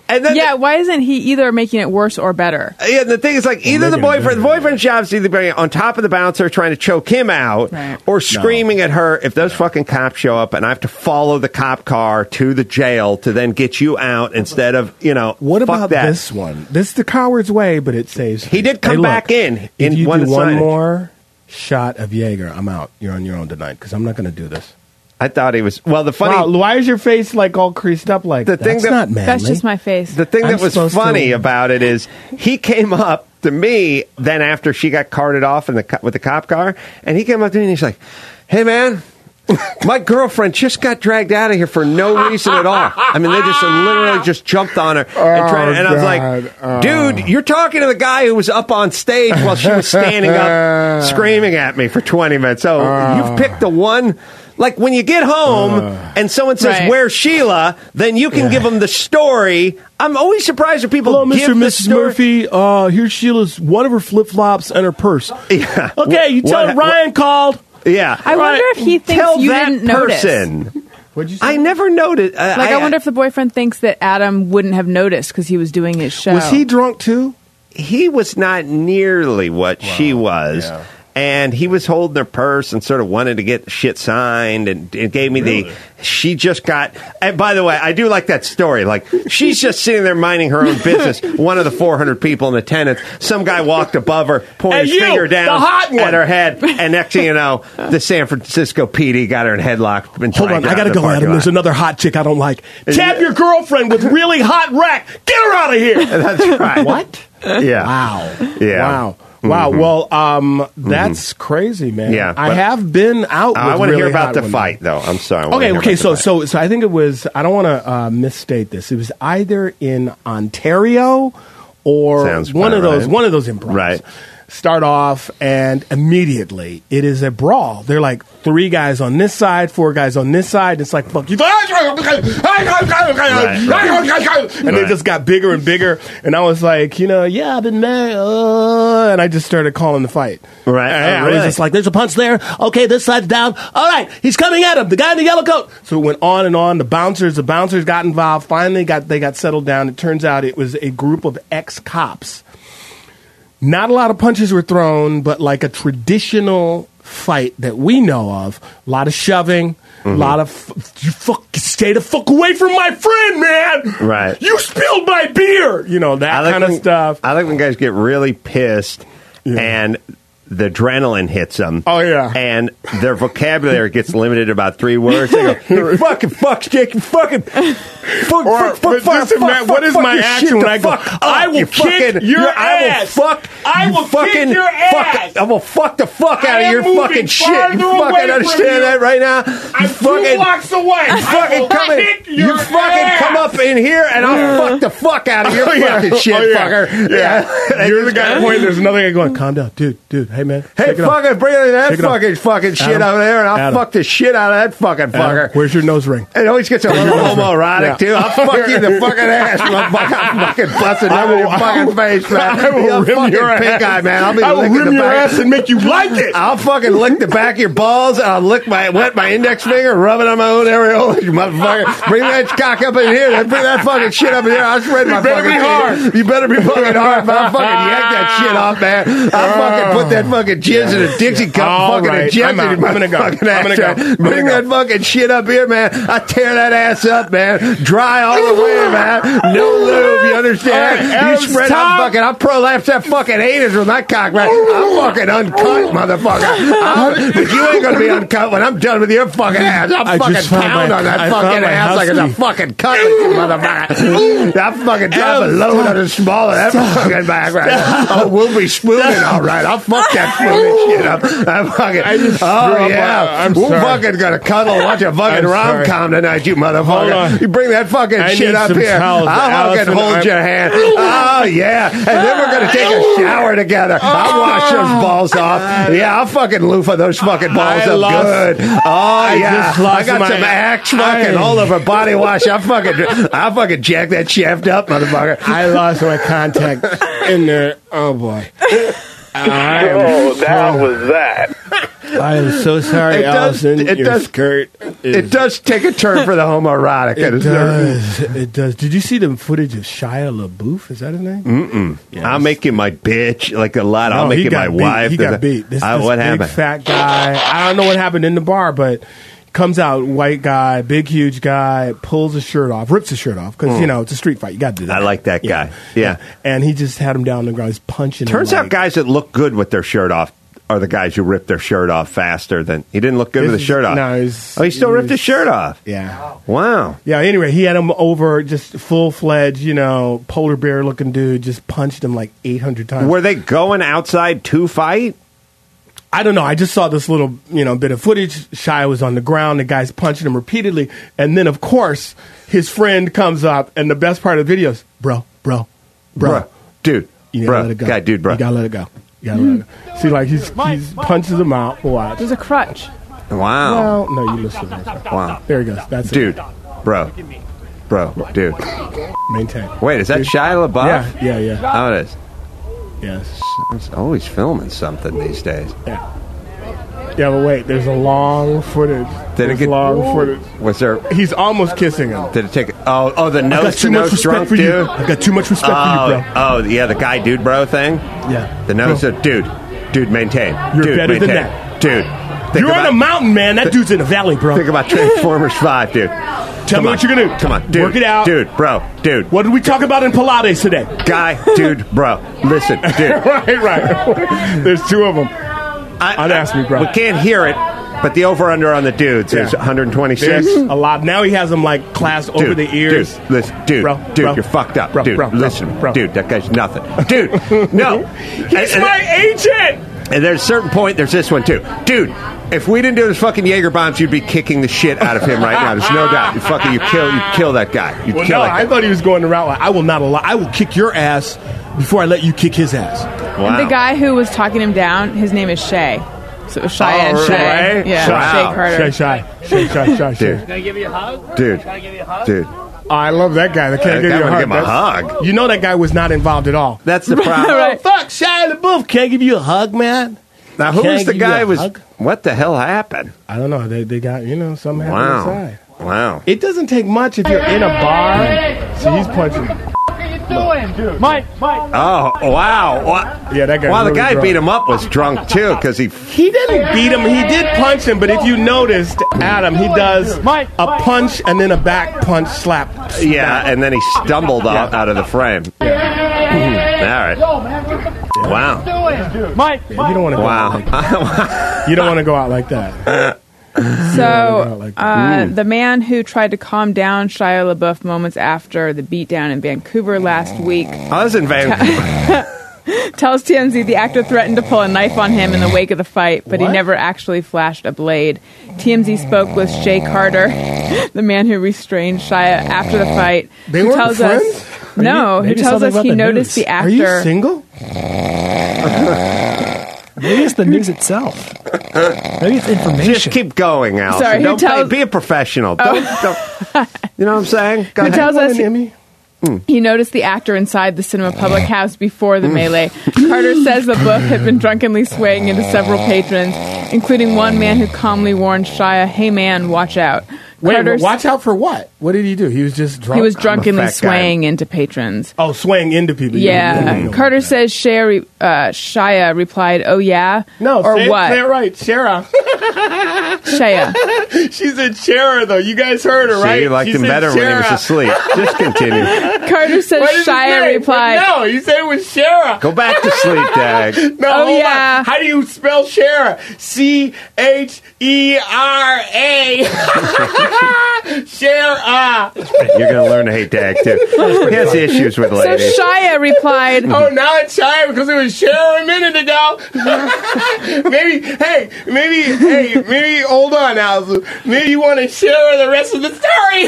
E: And then
L: yeah, why isn't he either making it worse or better?
E: Yeah, the thing is, like, either the boyfriend, the boyfriend's job is either being on top of the bouncer trying to choke him out
L: Right.
E: or screaming at her if those fucking cops show up and I have to follow the cop car to the jail to then get you out instead of, you know,
C: What about
E: that.
C: this one? This is the coward's way, but it saves.
E: He did come
C: Hey, look,
E: back in in
C: if you
E: one
C: do one
E: signage.
C: more shot of Jaeger, I'm out. You're on your own tonight because I'm not going to do this.
E: I thought he was. Well, the funny.
C: Wow, why is your face like all creased up like
E: The
C: the
E: thing
C: That's
E: that-
C: not manly.
L: That's just my face.
E: The thing that was funny about it is he came up to me then after she got carted off in the co- with the cop car, and he came up to me and he's like, "Hey, man." My girlfriend just got dragged out of here for no reason at all. I mean, they just literally just jumped on her, and, tried,
C: Oh,
E: and I was
C: God. Oh.
E: like, "Dude, you're talking to the guy who was up on stage while she was standing up, screaming at me for 20 minutes." So Oh,
C: Uh, Ah.
E: you've picked the one. Like when you get home and someone says,
C: Right.
E: "Where's Sheila?" Then you can give them the story. I'm always surprised when people
C: Hello,
E: give
C: Mr. and
E: the
C: Mrs.
E: story.
C: Murphy. Uh, here's Sheila's one of her flip flops and her purse.
E: Yeah.
C: Okay, you
E: What-
C: tell
E: what-
C: Ryan called.
E: Yeah.
L: I wonder if he thinks
E: Tell
L: you
E: that
L: didn't notice.
E: person. notice. What'd you say? I never noticed. Uh,
L: Like, I, wonder if the boyfriend thinks that Adam wouldn't have noticed because he was doing his show.
E: Was he
C: drunk too?
E: He was not nearly what she was. And he was holding her purse and sort of wanted to get shit signed and it gave me the she just got and by the way, I do like that story. Like she's just sitting there minding her own business, one of the four hundred people in attendance. Some guy walked above her, pointed
C: And
E: his
C: you,
E: finger down
C: the hot one.
E: at her head, and next thing you know, the San Francisco PD got her in headlock and
C: Hold on, I gotta go, Adam. There's another hot chick I don't like. Tap your girlfriend with really hot rack. Get her out of here.
E: That's right.
C: What?
E: Yeah.
C: Wow.
E: Yeah.
C: Wow. Wow.
E: Mhm.
C: Well, um, that's crazy, man.
E: Yeah,
C: I
E: but-
C: have been out.
E: I
C: want to
E: hear about the fight, though. I'm sorry. I wanna
C: Okay.
E: hear about
C: Okay.
E: the
C: So,
E: fight.
C: so, so I think it was. I don't want to uh, misstate this. It was either in Ontario or
E: Sounds
C: one of
E: about
C: those.
E: right.
C: One of those improvs. Right. Start off, and immediately it is a brawl. They're like three guys on this side, four guys on this side. It's like fuck you. and they
I: Right.
C: just got bigger and bigger. And I was like, you know, yeah, I've been mad, uh, and I just started calling the fight.
E: Right.
C: And
E: Oh,
C: I was
E: really?
C: just like, there's a punch there. Okay, this side's down. All right, he's coming at him. The guy in the yellow coat. So it went on and on. The bouncers, the bouncers got involved. Finally, got they got settled down. It turns out it was a group of ex cops. Not a lot of punches were thrown, but like a traditional fight that we know of, a lot of shoving, a lot of f- you fuck stay the fuck away from my friend, man.
E: Right.
C: You spilled my beer. You know that kind of
E: when-
C: stuff.
E: I like when guys get really pissed and the adrenaline hits them.
C: Oh, yeah.
E: And their vocabulary gets limited to about three words. They go, "You fucking fuck, Jake, you fucking fuck, fuck, fuck,
C: but
E: fuck,
C: this
E: fuck,
C: is not-
E: fuck,
C: what is
E: fuck
C: my
E: your
C: action
E: shit
C: when
E: the
C: I go,
E: fuck up,
C: "I will
E: you
C: kick
E: fucking-
C: your
E: you- I will
C: ass.
E: fuck,
C: I
E: you
C: will kick
E: fucking,
C: your ass.
E: Fuck, I will fuck the fuck
C: I
E: out of
C: am
E: your
C: moving
E: fucking shit. You
C: farther away
E: fucking
C: from
E: understand
C: you.
E: that right now? You fucking,
C: blocks away.
E: You fucking come in, you fucking come up in here and I'll fuck the fuck out of your
C: Oh, yeah.
E: fucking shit,
C: Oh, yeah.
E: fucker.
C: Yeah.
E: And
C: You're the
E: just-
C: guy pointing. There's another guy going, calm down, dude, dude. Hey, man.
E: Hey,
C: shake it off.
E: fucking bring in that
C: Shake it off.
E: fucking fucking shit
C: Adam,
E: over there, and I'll
C: Adam.
E: fuck the shit out of that fucking
C: Adam,
E: fucker.
C: Where's your nose ring?
E: It always gets a little homoerotic,
C: Yeah.
E: too. I'll fuck you in the fucking ass, motherfucker. I'll fucking bust it
C: I
E: down in
C: will-
E: your fucking face, man.
C: I will
E: You're
C: rim
E: fucking
C: your
E: pink
C: ass.
E: eye, man. I'll be
C: I will
E: licking
C: rim
E: the
C: your
E: back.
C: ass and make you like it.
E: I'll fucking lick the back of your balls, and I'll lick my wet my index finger, rub it on my own areola, you motherfucker. Bring that cock up in here. Bring that fucking shit up in here. I'll spread my
C: You better
E: fucking
C: be hard.
E: shit. You better be fucking hard. If I fucking yank that shit off, man. I'll fucking put that fucking jizz in a Dixie cup,
C: All
E: fucking
C: right,
E: inject
C: I'm
E: it
C: out.
E: in my
C: I'm gonna go.
E: fucking
C: I'm gonna
E: ass.
C: go. I'm gonna
E: Bring
C: go.
E: that fucking shit up here, man. I tear that ass up, man. Dry all the way, man. No lube, you
C: All
E: understand?
C: right,
E: you
C: Adam's
E: spread that
C: time.
E: fucking. I prolapse that fucking anus with my cock, man. I'm fucking uncut, motherfucker. I'm- but you ain't gonna be uncut when I'm done with your fucking ass. I'll
C: I
E: fucking
C: just found
E: pound
C: my-
E: on that
C: I found
E: fucking
C: my
E: ass
C: house
E: like it's a
C: key.
E: fucking cutlet, you motherfucker. I'll fucking drop a
C: Adam,
E: load
C: stop.
E: on the small of that
C: Stop.
E: fucking bag right now. Oh, we'll be spooning, all right. I'll fuck that fucking shit up. I'm fucking.
H: I just
E: oh
H: threw up
E: yeah,
H: my- I'm
E: we're
H: sorry.
E: fucking gonna cuddle, watch a fucking
H: I'm sorry.
E: rom com tonight, you
H: Hold on.
E: motherfucker. You bring that fucking
H: I
E: shit
H: need
E: up
H: some
E: here.
H: towels.
E: I'll fucking
H: Allison,
E: hold
H: I'm- Oh.
E: your hand. Oh yeah, and then we're gonna take a shower together. I'll wash those balls off. Yeah, I'll fucking loofah those fucking balls
H: I
E: up
H: lost-
E: good. Oh
H: I
E: yeah,
H: just lost
E: I got
H: my-
E: some axe fucking
H: I-
E: all over body wash. I fucking, I fucking jack that shaft up, motherfucker.
C: I lost my contact in there. Oh boy. I am
H: Oh, that
C: so-
H: was that.
C: I am so sorry,
E: It does-
C: Allison.
E: it
C: Your
E: does-
C: skirt. Is,
E: It does take a turn for the homoerotic.
C: It
E: It's never-
C: does. It does. Did you see the footage of Shia LaBeouf? Is that his name?
E: Mm-mm. I'll make you my bitch, like a lot. I'll
C: No,
E: make
C: he
E: you
C: got
E: my
C: beat.
E: wife.
C: He got beat. This,
E: Uh,
C: this
E: what
C: big
E: happened?
C: fat guy. I don't know what happened in the bar, but comes out white guy, big huge guy, pulls his shirt off, rips his shirt off because
E: Mm.
C: you know it's a street fight. You got to do that.
E: I like that guy. Yeah.
C: And he just had him down on the ground. He's punching. him
E: Turns
C: like,
E: out guys that look good with their shirt off are the guys who rip their shirt off faster than he didn't look good with
C: This
E: his
C: is-
E: shirt off.
C: no, he's-
E: oh, he still ripped his
C: he's-
E: shirt off.
C: Yeah.
E: Wow.
C: Yeah. Anyway, he had him over, just full fledged, you know, polar bear looking dude, just punched him like eight hundred times.
E: Were they going outside to fight?
C: I don't know. I just saw this little, you know, bit of footage. Shia was on the ground. The guy's punching him repeatedly, and then of course his friend comes up, and the best part of the video is, bro, bro, bro,
E: Bruh, dude,
C: you gotta
E: bruh,
C: let it go,
E: God, dude, bro.
C: you gotta let it go, you gotta let it go. See, like he's, he's punches him out. Watch.
L: Mm. There's a crutch.
E: Wow,
C: Well, no, you listen.
E: wow.
C: There he goes. That's it.
E: dude, bro, bro, dude.
C: Maintain.
E: Wait, is that Shia LaBeouf?
C: Yeah, yeah, yeah.
E: Oh, it is.
C: Yes.
E: He's always filming something these days.
C: Yeah, but wait. There's a long footage.
E: Did
C: There's
E: it get
C: long footage.
E: Was there?
C: He's almost kissing him.
E: Did it take? Oh, oh, the
C: I got
E: nose
C: too
E: to
C: much
E: nose
C: respect
E: drunk
C: for you.
E: dude.
C: I got too much respect
E: oh,
C: for you, bro.
E: Oh, yeah, the guy dude bro thing.
C: Yeah.
E: The nose of dude, dude maintain.
C: You're
E: dude,
C: better than
E: maintain.
C: that.
E: dude.
C: You're on a mountain, man. That dude's in a valley, bro.
E: Think about Transformers Five, dude.
C: Tell me what you're gonna do.
E: Come on, dude.
C: Work it out.
E: dude, bro, dude.
C: What did we talk about in Pilates today?
E: Guy, dude, bro. Listen, dude.
C: right, right. There's two of them.
E: I,
C: would ask me, bro.
E: We can't hear it, but the over under on the dudes is 126.
C: There's a lot. Now he has them like clasped over
E: Dude,
C: the ears.
E: Dude, listen, dude,
C: Bro,
E: dude,
C: bro,
E: you're fucked up.
C: bro,
E: dude,
C: bro, bro,
E: listen to me.
C: bro.
E: Dude, that guy's nothing. Dude, no.
C: He's
E: And-
C: my agent.
E: And there's a certain point, there's this one too. Dude, if we didn't do those fucking Jaeger bombs, you'd be kicking the shit out of him right now. There's no doubt. You fucking, you kill, you kill that guy. You
C: Well,
E: kill
C: no,
E: that
C: I thought he was going the route like, I will not allow. I will kick your ass before I let you kick his ass.
E: guy. Wow.
L: The guy who was talking him down, his name is Shay. So it was Shia and
E: Oh,
L: Shay.
E: right.
L: Yeah,
E: Wow.
L: Shay Carter.
C: Shy, shy, shy, shy, shy.
H: I give you a hug?
E: Dude, dude.
C: I love that guy. That
E: Yeah,
C: can't give
E: that
C: you a
E: one
C: hug.
E: give him a
C: That's- You know that guy was not involved at all.
E: That's the problem.
C: Oh, fuck, Shia LaBeouf can't give you a hug, man.
E: Now, who
C: Can I
E: was the
C: give you
E: guy?
C: a
E: who was
C: hug?
E: what the hell happened?
C: I don't know. They, they got you know something happened
E: Wow,
C: inside.
E: wow.
C: It doesn't take much if you're in a bar. See, he's punching.
H: Mike, Mike.
E: Oh, wow. What?
C: Yeah, that guy.
E: Wow, the
C: really
E: guy
C: drunk.
E: beat him up was drunk too because he
C: He didn't beat him. He did punch him, but if you noticed, Adam, he does a punch and then a back punch slap.
E: Yeah, and then he stumbled out, out of the frame. All right. Wow.
H: Mike,
C: Yeah, you don't want to go. Out like
E: that.
C: you don't want to go out like that.
L: So uh,
C: Mm.
L: the man who tried to calm down Shia LaBeouf moments after the beatdown in Vancouver last week
E: I was in Vancouver.
L: tells TMZ the actor threatened to pull a knife on him in the wake of the fight, but he never actually flashed a blade. TMZ spoke with Shay Carter, the man who restrained Shia after the fight.
C: They
L: who
C: weren't
L: tells
C: friends?
L: us no, who
S: maybe
L: tells
S: something
L: us
S: about
L: he
S: the
L: noticed
S: news.
L: the actor.
S: Are you
C: single?
S: Maybe it's the news itself. Maybe it's information.
E: Just keep going, Al.
L: Sorry, who
E: don't
L: tells- Oh.
E: play, be a professional. Don't, don't- you know what I'm saying? Go
L: Who
E: ahead.
L: tells us he
S: Mm.
L: noticed the actor inside the cinema public house before the melee. Carter says the book had been drunkenly swaying into several patrons, including one man who calmly warned Shia, "Hey man, watch out."
C: Wait,
L: Carter
C: but watch out for what? What did he do? He was just drunk.
L: He was
C: I'm a
L: drunkenly
C: fat guy.
L: swaying into patrons.
C: Oh, swaying into people. You Mm-hmm. don't- you
L: Yeah,
C: don't-
L: Carter says Shia, re- uh, Shia replied, "Oh yeah,
C: No,
L: or
C: say,
L: what?"
C: Say it right, Sarah.
L: Shia.
C: She's in Sarah, though. You guys heard her,
E: See,
C: right?
E: you liked
C: She's
E: him
C: in
E: better when he was
C: Sarah.
E: asleep. Just continue.
L: Carter says
C: What did he
L: Shia
C: say?
L: replied.
C: No, he said it was Shara.
E: Go back to sleep, Dag.
C: No,
L: Oh,
C: hold on. How do you spell Shara? C H E R A. Shara.
E: You're going to learn to hate Dag, too. He has issues with ladies.
L: So Shia replied.
C: oh, now it's Shia because it was Shara a minute ago. maybe, hey, maybe, hey, maybe, hold on, Alzu. Maybe you want to share the rest of the story.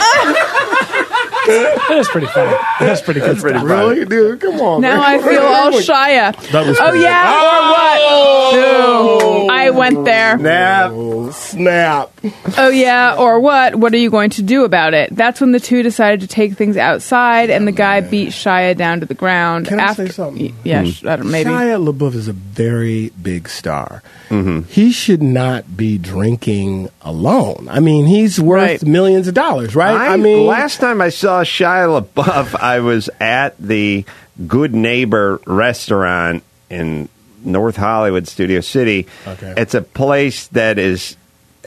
T: That's pretty funny. That's pretty good. That's pretty
C: really, dude. Come on.
L: Now I feel all Shia.
C: Oh, That was
L: oh
C: pretty
L: yeah, or what? No, I went there.
C: Oh! Snap. Snap.
L: Oh yeah, or what? What are you going to do about it? That's when the two decided to take things outside, and the guy beat Shia down to the ground.
C: Oh, Can I
L: after,
C: say something?
L: Yeah,
E: Hmm.
L: sh- I don't, maybe.
C: Shia LaBeouf is a very big star.
E: Mm-hmm.
C: He should not be drinking alone. I mean, he's worth millions of dollars, right?
E: I,
C: I, mean,
E: last time I saw Shia LaBeouf, I was at the Good Neighbor restaurant in North Hollywood, Studio City.
C: Okay.
E: It's a place that is.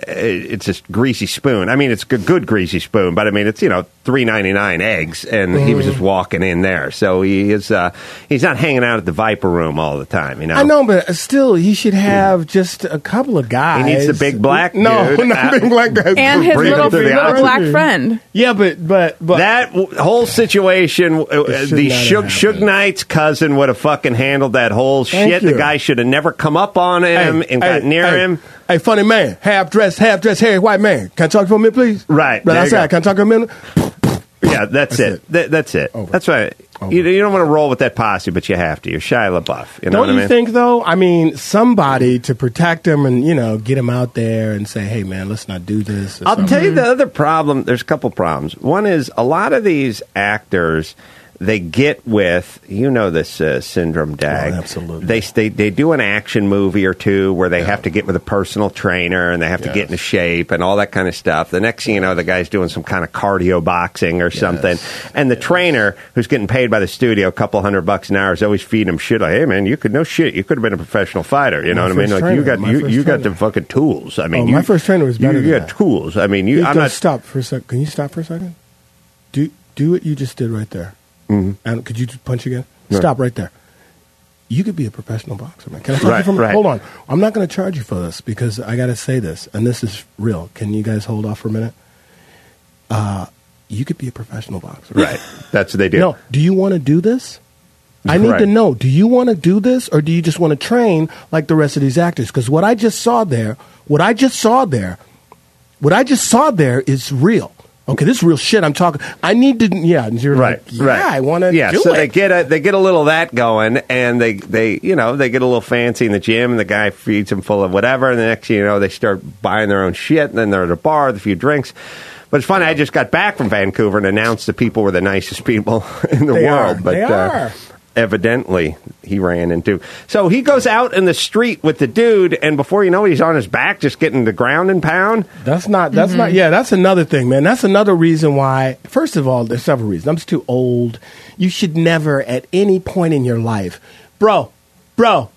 E: eh, It's a greasy spoon. I mean, it's a good greasy spoon, but I mean, it's you know three ninety nine eggs, and he
C: Mm-hmm.
E: was just walking in there. So he is uh, he's not hanging out at the Viper Room all the time. You know,
C: I know, but still, he should have just a couple of guys.
E: Hmm. He needs the big black
C: No,
E: dude.
C: not
E: Uh,
C: big black guy.
L: and his
E: Breathing
L: little,
E: through the
L: little
E: oxygen.
L: black friend.
C: Yeah, but but but
E: that w- whole situation, uh, uh,
C: should
E: the
C: not have
E: Suge, Suge Knight's cousin would have fucking handled that whole
C: Thank
E: shit.
C: you.
E: The guy should have never come up on him and got near
C: hey,
E: him.
C: Hey, funny man, half dressed, half dressed, hairy white man. Can I talk for a minute, please?
E: Right,
C: right
E: there you
C: outside.
E: go.
C: Can I talk for a minute?
E: Yeah, that's, it. That, that's it. That's why you, you don't want to roll with that posse, but you have to. You're Shia LaBeouf. You know
C: Don't
E: what I
C: you
E: mean?
C: think though? I mean, somebody to protect him and you know get him out there and say, "Hey, man, let's not do this." or
E: I'll
C: something.
E: tell you the other problem. There's a couple problems. One is a lot of these actors they get with you know this uh, syndrome dag.
C: Oh,
E: absolutely. They, they they do an action movie or two where they have to get with a personal trainer and they have to get into shape and all that kind of stuff. The next thing you know, the guy's doing some kind of cardio boxing or something, and the trainer who's getting paid by the studio a couple hundred bucks an hour is always feeding him shit like, "Hey man, you could no shit, you could have been a professional fighter." You know
C: My
E: what I mean?
C: first
E: Like you
C: trainer,
E: got
C: my
E: you,
C: first
E: you got
C: trainer.
E: the fucking tools. I mean,
C: Oh,
E: you,
C: my first trainer was better
E: You,
C: than
E: you got
C: that.
E: tools. I mean,
C: Please
E: you. I'm
C: don't
E: not.
C: stop for a sec. Can you stop for a second? Do do what you just did right there.
E: Mhm.
C: And could you just punch again?
E: Right.
C: Stop right there. You could be a professional boxer, man. Can I talk
E: Right,
C: you from,
E: right.
C: Hold on. I'm not going to charge you for this because I got to say this, and this is real. Can you guys hold off for a minute? Uh, you could be a professional boxer.
E: Right. That's what they do.
C: No. Do you want to do this? I need
E: Right.
C: to know. Do you want to do this, or do you just want to train like the rest of these actors? Because what I just saw there, what I just saw there, what I just saw there is real. Okay, this is real shit. I'm talking. I need to. Yeah, and you're
E: Right.
C: like, yeah,
E: right.
C: I want to.
E: Yeah.
C: do
E: so
C: it.
E: they get a they get a little of that going, and they they you know they get a little fancy in the gym, and the guy feeds them full of whatever, and the next thing you know they start buying their own shit, and then they're at a bar with a few drinks. But it's funny. I just got back from Vancouver and announced the people were the nicest people in the
C: They are.
E: world. But
C: They
E: Uh,
C: are.
E: evidently he ran into. So he goes out in the street with the dude, and before you know it, he's on his back, just getting the ground and pound.
C: That's not. That's not.
E: Mm-hmm.
C: Yeah, that's another thing, man. That's another reason why. First of all, there's several reasons. I'm just too old. You should never, at any point in your life, bro, bro,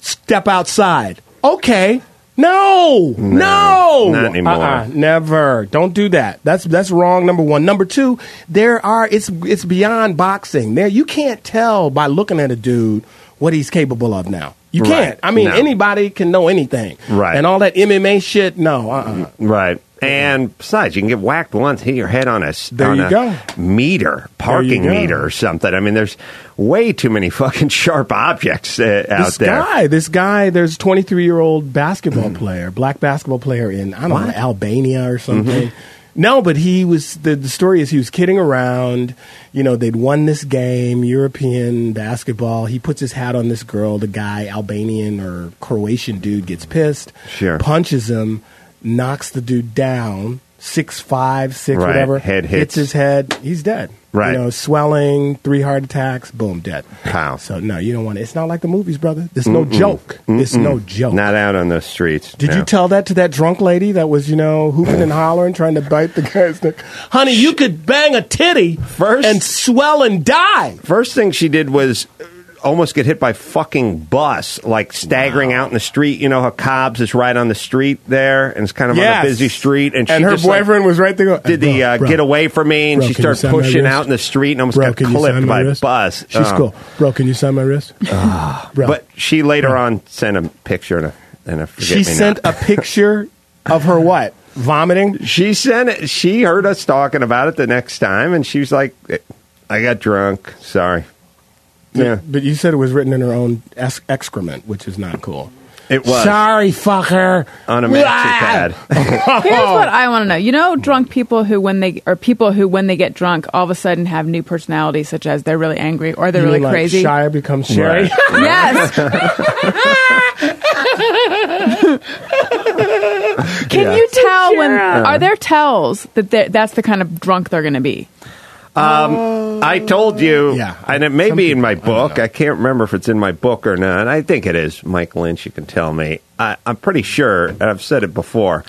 C: step outside. Okay. No, no,
E: not anymore.
C: Uh-uh, never. Don't do that. That's that's wrong. Number one. Number two. There are. It's it's beyond boxing. There, you can't tell by looking at a dude what he's capable of now. You
E: Right.
C: can't. I mean,
E: No.
C: anybody can know anything.
E: Right.
C: And all that MMA shit. No. Uh-uh.
E: Right. And besides, you can get whacked once, hit your head on a, s-
C: There
E: on
C: you
E: a
C: go.
E: meter, parking
C: go.
E: meter or something. I mean, there's way too many fucking sharp objects uh, out
C: this
E: there. Hmm.
C: guy, this guy, there's 23 year old basketball player, black basketball player in I don't know Albania
E: Mm-hmm.
C: or something. No, but he was the, the story is he was kidding around. You know, they'd won this game, European basketball. He puts his hat on this girl. The guy, Albanian or Croatian dude, gets pissed,
E: Sure.
C: punches him, knocks the dude down. Six five, six
E: Right.
C: whatever.
E: Head hits.
C: hits his head. He's dead.
E: Right.
C: You know, swelling, three heart attacks, boom, dead.
E: Pow.
C: So no, you don't want it. It's not like the movies, brother. It's no joke. It's
E: Mm-mm.
C: no joke.
E: Not out on the streets.
C: Did
E: no.
C: you tell that to that drunk lady that was, you know, hooping and hollering, trying to bite the guy's neck? Honey, you could bang a titty
E: First-
C: and swell and die.
E: First thing she did was uh, almost get hit by fucking bus, like staggering out in the street. You know how Cobb's is right on the street there, and it's kind of
C: Yes.
E: on a busy street. And, she
C: her
E: just, like,
C: boyfriend was right there.
E: did the uh, get away from me, and
C: Bro,
E: she
C: can you
E: started
C: sign my
E: pushing
C: wrist?
E: out in the street and almost
C: Bro,
E: got
C: can you sign
E: clipped
C: my
E: by a
C: wrist?
E: bus.
C: She's
E: Oh.
C: cool. Bro, can you sign my wrist? Bro.
E: But she later on sent a picture and a, and a forget
C: she
E: me
C: sent a picture of her what? Vomiting?
E: She sent it. She heard us talking about it the next time, and she was like, "I got drunk. Sorry." Yeah.
C: But you said it was written in her own ex- excrement, which is not cool.
E: It was.
C: Sorry, fucker.
E: On a maxi pad.
L: Here's
C: Oh.
L: what I want to know. You know, drunk people who, when they or people who, when they get drunk, all of a sudden have new personalities, such as they're really angry or they're
C: You
L: really
C: mean like
L: crazy.
C: Shire becomes Sherry.
E: Right.
L: Can
E: Yeah.
L: you tell when?
E: Shara.
L: Are there tells that they're- that's the kind of drunk they're going to be?
E: Um, I told you, and it may be in my book. I, can't remember if it's in my book or not. I think it is. Mike Lynch, you can tell me. I, I'm pretty sure, and I've said it before.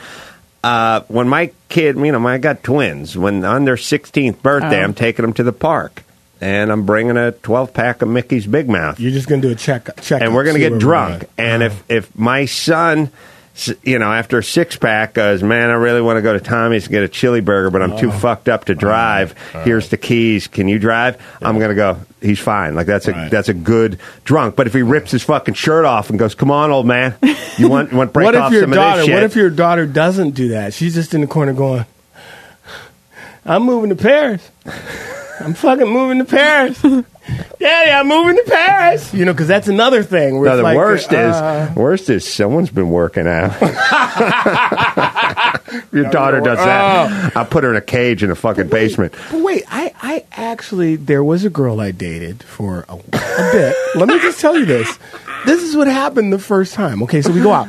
E: Uh, when my kid, you know, I got twins. When on their 16th birthday,
C: Oh.
E: I'm taking them to the park, and I'm bringing a 12 pack of Mickey's Big Mouth.
C: You're just going to do a check. check
E: and we're going
C: see
E: to
C: where
E: get drunk. And if if my son, s- you know, after a six pack goes, man, I really want to go to Tommy's and get a chili burger, but I'm too
C: Oh.
E: fucked up to drive. Here's the keys. Can you drive? I'm going to go. He's fine. Like that's a that's a good drunk. But if he rips his fucking shirt off and goes, "Come on, old man, you want you want to break
C: what
E: off
C: if your
E: some
C: daughter?
E: of this shit?"
C: What if your daughter doesn't do that? She's just in the corner going, "I'm moving to Paris. I'm fucking moving to Paris, Daddy. I'm moving to Paris." You know, because that's another thing. Where
E: no,
C: it's
E: the
C: like,
E: worst
C: uh,
E: is worst is someone's been working out. Your daughter does that.
C: oh.
E: I put her in a cage in a fucking basement.
C: But wait, I, I actually there was a girl I dated for a, a bit. Let me just tell you this. This is what happened the first time. Okay, so we go out.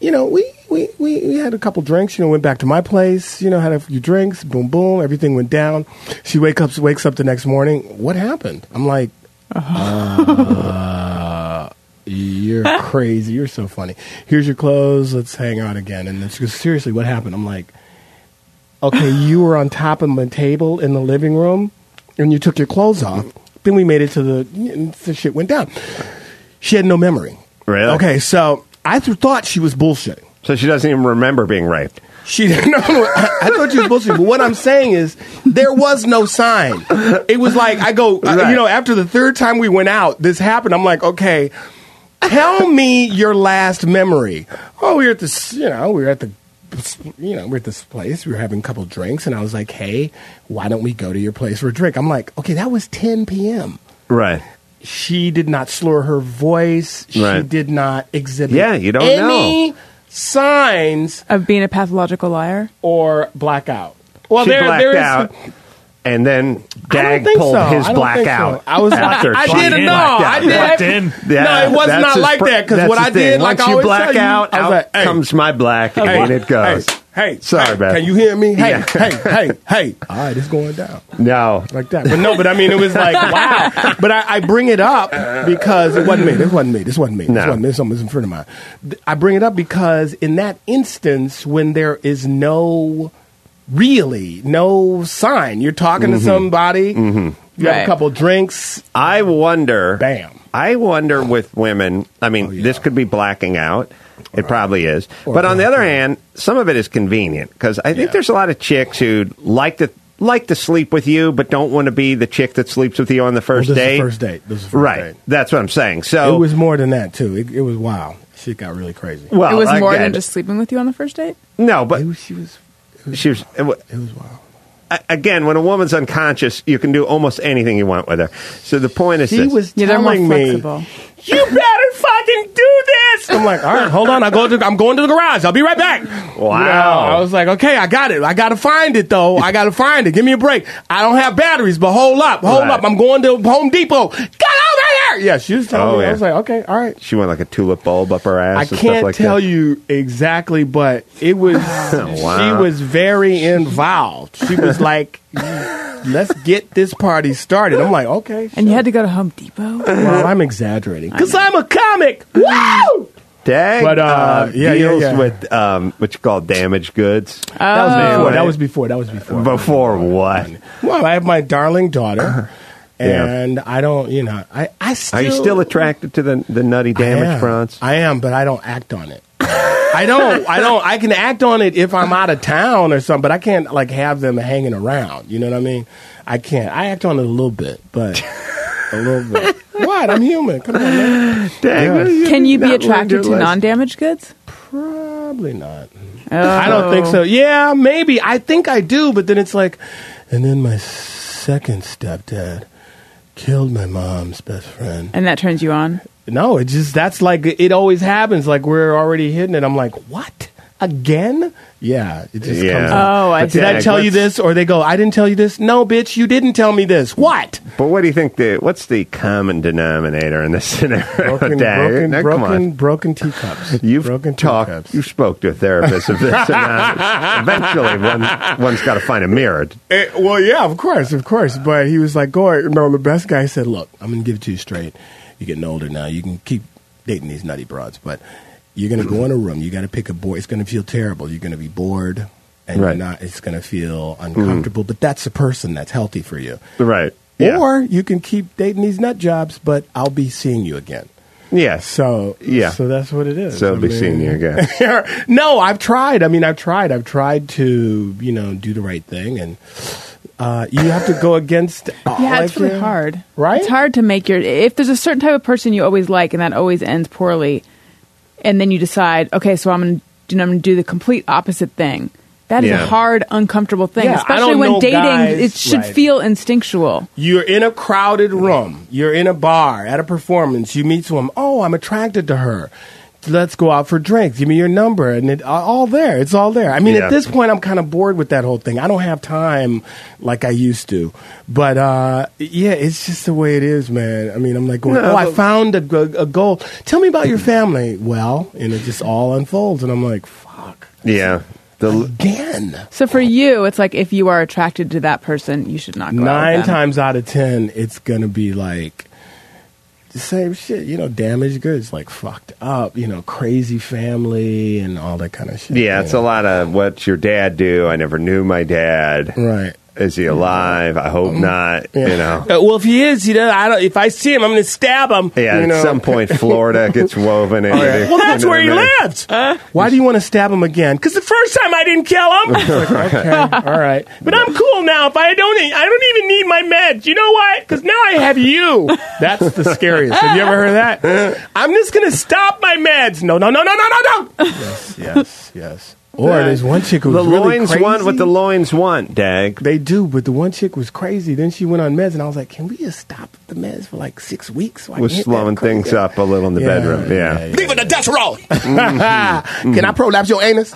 C: You know, we we, we, we had a couple drinks. You know, went back to my place. You know, had a few drinks. Boom, boom. Everything went down. She wake up wakes up the next morning. What happened? I'm like, uh, you're crazy. You're so funny. Here's your clothes. Let's hang out again. And then she goes, seriously, what happened? I'm like, okay, you were on top of my table in the living room and you took your clothes off. Then we made it to the, and the shit went down. She had no memory.
E: Really?
C: Okay, so I th- thought she was bullshitting.
E: So she doesn't even remember being raped.
C: She no, no I, I thought she was bullshitting. But what I'm saying is, there was no sign. It was like I go, I- you know, after the third time we went out, this happened. I'm like, okay, tell me your last memory. Oh, we were at this, you know, we were at the. You know, we're at this place. We were having a couple drinks, and I was like, "Hey, why don't we go to your place for a drink?" I'm like, "Okay, that was 10 p.m."
E: Right.
C: She did not slur her voice. She
E: Right.
C: did not exhibit.
E: Yeah, you don't
C: any signs
L: of being a pathological liar
C: or blackout. Well,
E: she
C: there,
E: blacked
C: there is.
E: out, and then
C: I
E: Dag
C: don't think
E: pulled
C: so.
E: his
C: I don't
E: black
C: think
E: out.
C: So. I was like,
E: after
C: I
E: she
C: didn't know.
E: blacked
C: I
E: out.
C: did.
E: Yeah,
C: no, it was
E: that's
C: not
E: his
C: like
E: pr-
C: that because
E: that's
C: what
E: the
C: I
E: thing.
C: did, like
E: Once
C: I
E: you
C: always
E: black
C: tell you,
E: out,
C: I was
E: out
C: like, hey,
E: comes my black,
C: Hey,
E: and in it goes.
C: Hey, hey,
E: sorry,
C: hey,
E: Beth.
C: Can you hear me? Hey,
E: Yeah.
C: hey, hey, hey. All right, it's going down.
E: No,
C: Like that. But no, but I mean, it was like, wow. But I, I bring it up because it wasn't me. This wasn't me. This wasn't me. This
E: No.
C: wasn't me. This was a friend of mine. Th- I bring it up because in that instance, when there is no really no sign, you're talking to
E: Mhm.
C: somebody,
E: Mhm.
C: you have a
E: Right.
C: couple drinks.
E: I wonder.
C: Bam. Oh,
E: I wonder with women. I mean, this could be blacking out. It probably is.
C: Or
E: but on the other hand, some of it is convenient because I think there's a lot of chicks who like to like to sleep with you, but don't want to be the chick that sleeps with you on the first
C: this is
E: date.
C: first date. This is first
E: right.
C: date.
E: That's what I'm saying. So
C: it was more than that too. It, it was wow. Shit got really crazy.
E: Well,
L: it was more
E: again-
L: than just sleeping with you on the first date.
E: No, but
C: she was.
E: She was. It was, wild. Again, when a woman's unconscious, you can do almost anything you want with her. So the point is,
C: She
E: this.
C: was Yeah, they're more telling me- flexible. You better fucking do this. I'm like, all right, hold on. I go to, I'm going to the garage. I'll be right back.
E: Wow.
C: You know, I was like, okay, I got it. I got to find it though. I got to find it. Give me a break. I don't have batteries, but hold up, hold
E: Right.
C: up. I'm going to Home Depot. Get over here. Yeah, she was telling
E: Oh,
C: me.
E: yeah.
C: I was like, okay, all right.
E: She went like a tulip bulb up her ass.
C: I
E: and stuff
C: can't
E: like
C: tell
E: that.
C: you exactly, but it was.
E: Wow.
C: She was very involved. She was like, "Let's get this party started." I'm like, okay.
L: And you had to go to Home Depot.
C: Well, I'm exaggerating because I'm a comic. Woo!
E: Dag,
C: But,
E: but
C: uh,
E: uh,
C: yeah, yeah,
E: deals
C: yeah. Oh.
E: with um, what you call damaged goods.
C: That was before. That was before. That was before.
E: Before what?
C: Well, I have my darling daughter,
E: Uh-huh. Yeah.
C: and I don't, you know, I I still
E: Are you still attracted to the the nutty
C: I am.
E: damage bronze?
C: I am, but I don't act on it. I don't. I don't. I can act on it if I'm out of town or something, but I can't like have them hanging around. You know what I mean? I can't. I act on it a little bit, but a little bit. what? I'm human. Come on, man.
L: Can you be attracted to non-damaged goods?
C: Probably not. I don't think
L: Oh.
C: so. Yeah, maybe. I think I do, but then it's like, and then my second stepdad killed my mom's best friend.
L: And that turns you on.
C: No, it just that's like it always happens. Like we're already hitting it. I'm like, what again? Yeah, Uh, it just
E: Yeah.
C: comes.
E: Oh, I
C: But did
E: see.
C: I tell you
E: Let's-
C: this? Or they go, I didn't tell you this. No, bitch, you didn't tell me this. What?
E: But what do you think? The, what's the common denominator in this scenario?
C: Broken,
E: Dad?
C: broken,
E: Now, come
C: broken,
E: on.
C: broken teacups.
E: You've talked. You spoke to a therapist of this. and, uh, eventually, one one's got to find a mirror.
C: Eh, well, yeah, of course, of course. But he was like, "Go." No, the best guy said, "Look, I'm gonna give it to you straight. You're getting older now. You can keep dating these nutty broads, but you're gonna go in a room. You got to pick a boy. It's gonna feel terrible. You're gonna be bored, and
E: Right.
C: you're not. It's gonna feel uncomfortable. But that's a person that's healthy for you.
E: Right. Yeah.
C: Or you can keep dating these nut jobs, but I'll be seeing you again.
E: Yeah.
C: So
E: Yeah.
C: So that's what it is.
E: So I'll be seeing you again.
C: no, I've tried. I mean, I've tried. I've tried to you know do the right thing, and uh, you have to go against.
L: yeah, it's
C: like,
L: really
C: uh,
L: hard.
C: right?
L: It's hard to make your. If there's a certain type of person you always like, and that always ends poorly, and then you decide, okay, so I'm gonna, you know, I'm gonna do the complete opposite thing. That is
C: Yeah.
L: a hard, uncomfortable thing,
C: Yeah, I
L: especially
C: don't
L: when
C: know
L: dating.
C: guys-
L: it should
C: right.
L: feel instinctual.
C: You're in a crowded room. You're in a bar at a performance. You meet someone. Oh, I'm attracted to her. Let's go out for drinks. Give me your number, and it all there. It's all there. I mean,
E: Yeah.
C: at this point, I'm kind of bored with that whole thing. I don't have time like I used to. But uh, yeah, it's just the way it is, man. I mean, I'm like, going,
E: No,
C: oh, I
E: but-
C: found a, g- a goal. Tell me about your family. Well, and it just all unfolds, and I'm like,
E: Yeah. The,
C: again.
L: So for you, it's like if you are attracted to that person, you should not go out
C: nine
L: with them.
C: times out of ten, it's gonna be like the same shit. You know, damaged goods, like fucked up. You know, crazy family and all that kind of shit.
E: Yeah, it's a lot of what's your dad do? I never knew my dad.
C: Right. Um,
E: Is he alive? I hope not. You know.
C: Uh, well, if he is, you know, I don't. If I see him, I'm gonna stab him.
E: Yeah,
C: you
E: at
C: know?
E: some point Florida gets woven in.
C: Oh, yeah. Well, that's where he lived. Why do you want to stab him again? Because the first time I didn't kill him. It's like, okay, all right. But I'm cool now. If I don't, I don't even need my meds. You know why? Because now I have you. That's the scariest. Have you ever heard of that? I'm just gonna stop my meds. No, no, no, no, no, no, no. Yes, yes, yes. Or there's one chick who
E: the
C: was really
E: loins
C: crazy.
E: want what the loins want, Dag.
C: They do, but the one chick was crazy. Then she went on meds, and I was like, "Can we just stop the meds for like six weeks?" So I can
E: Was
C: hit that
E: slowing
C: crazy
E: things
C: guy?"
E: up a little in the
C: Yeah,
E: bedroom. Yeah.
C: Leave it a death roll. Mm-hmm. Can I prolapse your anus?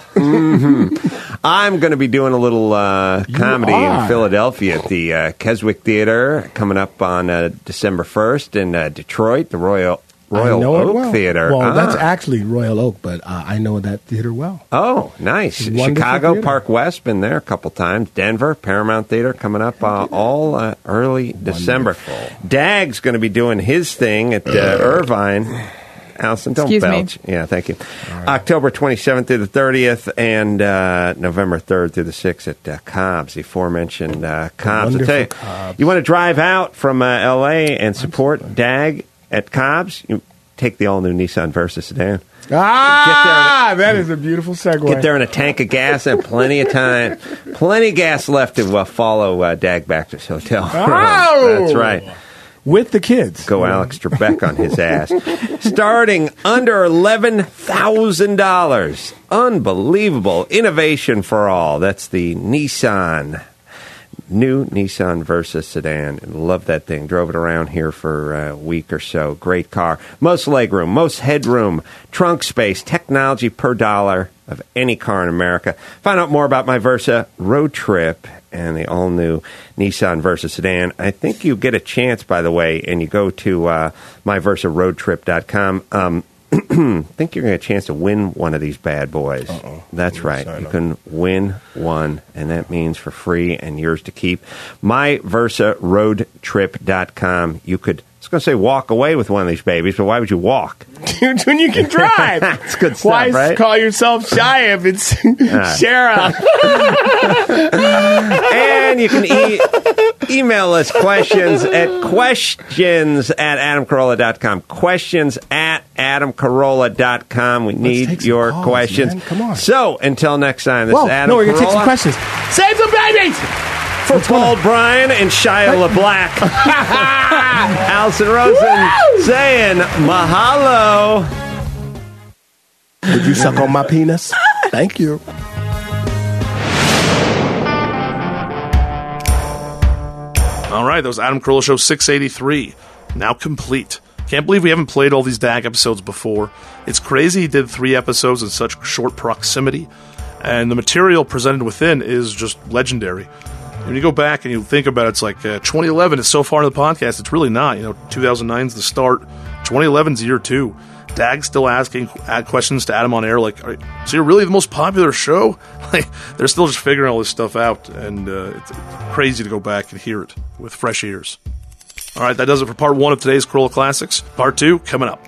E: Mhm. I'm going to be doing a little uh, comedy in
C: are.
E: Philadelphia at the uh, Keswick Theater coming up on uh, December 1st in uh, Detroit, the Royal Royal
C: I know
E: Oak
C: it well.
E: Theater.
C: Well, that's
E: Ah.
C: actually Royal Oak, but uh, I know that theater well.
E: Oh, nice.
C: It's a wonderful
E: Chicago,
C: theater.
E: Park West, been there a couple times. Denver, Paramount Theater coming up uh, all uh, early December. Dag's going to be doing his thing at uh, Irvine. Allison, don't
L: Excuse me.
E: belch. Yeah, thank you. October 27th through the 30th and uh, November 3rd through the 6th at uh, Cobb's, the aforementioned uh, Cobb's. I tell you,
C: wonderful Cobb's.
E: you want to drive out from uh, L.A. and support Dag at Cobb's, you take the all-new Nissan Versa sedan.
C: Ah, that is a beautiful segue.
E: Get there in a tank of gas and plenty of time, plenty of gas left to uh, follow uh, Dag back to his hotel.
C: Oh!
E: That's right.
C: With the kids.
E: Go Alex Trebek on his ass. Starting under $11,000. Unbelievable. Innovation for all. That's the Nissan. New Nissan Versa sedan. Love that thing. Drove it around here for a week or so. Great car. Most legroom, most headroom, trunk space, technology per dollar of any car in America. Find out more about my Versa road trip and the all new Nissan Versa sedan. I think you get a chance, by the way, and you go to uh, myversaroadtrip.com. Um, I think you're going to get a chance to win one of these bad boys. That's right. You can win one, and that means for free and yours to keep. MyVersaRoadTrip.com. You could, I was going to say walk away with one of these babies, but why would you walk?
C: Dude, when you can drive.
E: It's good stuff,
C: Why s-
E: right?
C: call yourself shy if it's
E: Ah.
C: Shara?
E: and you can eat e-, Email us questions at questions at adamcarolla.com. Questions at adamcarolla.com. We need your questions. Come on. So until next time, this
C: Oh,
N: Whoa,
E: is Adam
N: no, we're gonna take some
E: Carolla
N: questions.
G: Save the babies!
E: For Paul Bryan and Shia LaBlack. Allison Rosen saying mahalo.
N: Would you suck on my penis? Thank you.
A: All right, that was Adam Carolla Show 683, now complete. Can't believe we haven't played all these DAG episodes before. It's crazy he did three episodes in such short proximity, and the material presented within is just legendary. When you go back and you think about it, it's like uh, 2011 is so far in the podcast, it's really not. You know, 2009's the start, 2011's year two. Dag's still asking ad questions to Adam on air, like, Are, so you're really the most popular show? Like, they're still just figuring all this stuff out, and uh, it's, it's crazy to go back and hear it with fresh ears. All right, that does it for part one of today's Corolla Classics. Part two coming up.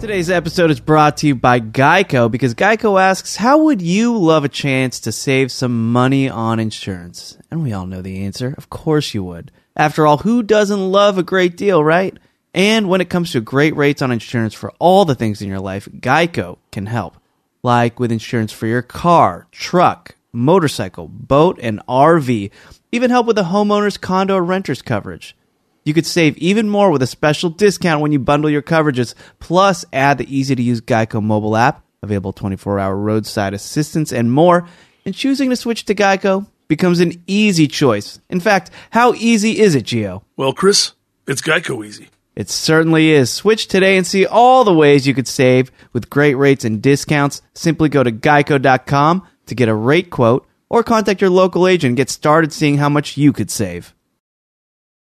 O: Today's episode is brought to you by Geico because Geico asks, How would you love a chance to save some money on insurance? And we all know the answer. Of course you would. After all, who doesn't love a great deal, right? And when it comes to great rates on insurance for all the things in your life, Geico can help. Like with insurance for your car, truck, motorcycle, boat, and RV. Even help with the homeowner's condo or renter's coverage. You could save even more with a special discount when you bundle your coverages. Plus, add the easy to use Geico mobile app, available 24 hour roadside assistance, and more. And choosing to switch to Geico becomes an easy choice. In fact, how easy is it, Geo?
A: Well, Chris, it's Geico easy.
O: It certainly is. Switch today and see all the ways you could save with great rates and discounts. Simply go to geico.com to get a rate quote or contact your local agent and get started seeing how much you could save.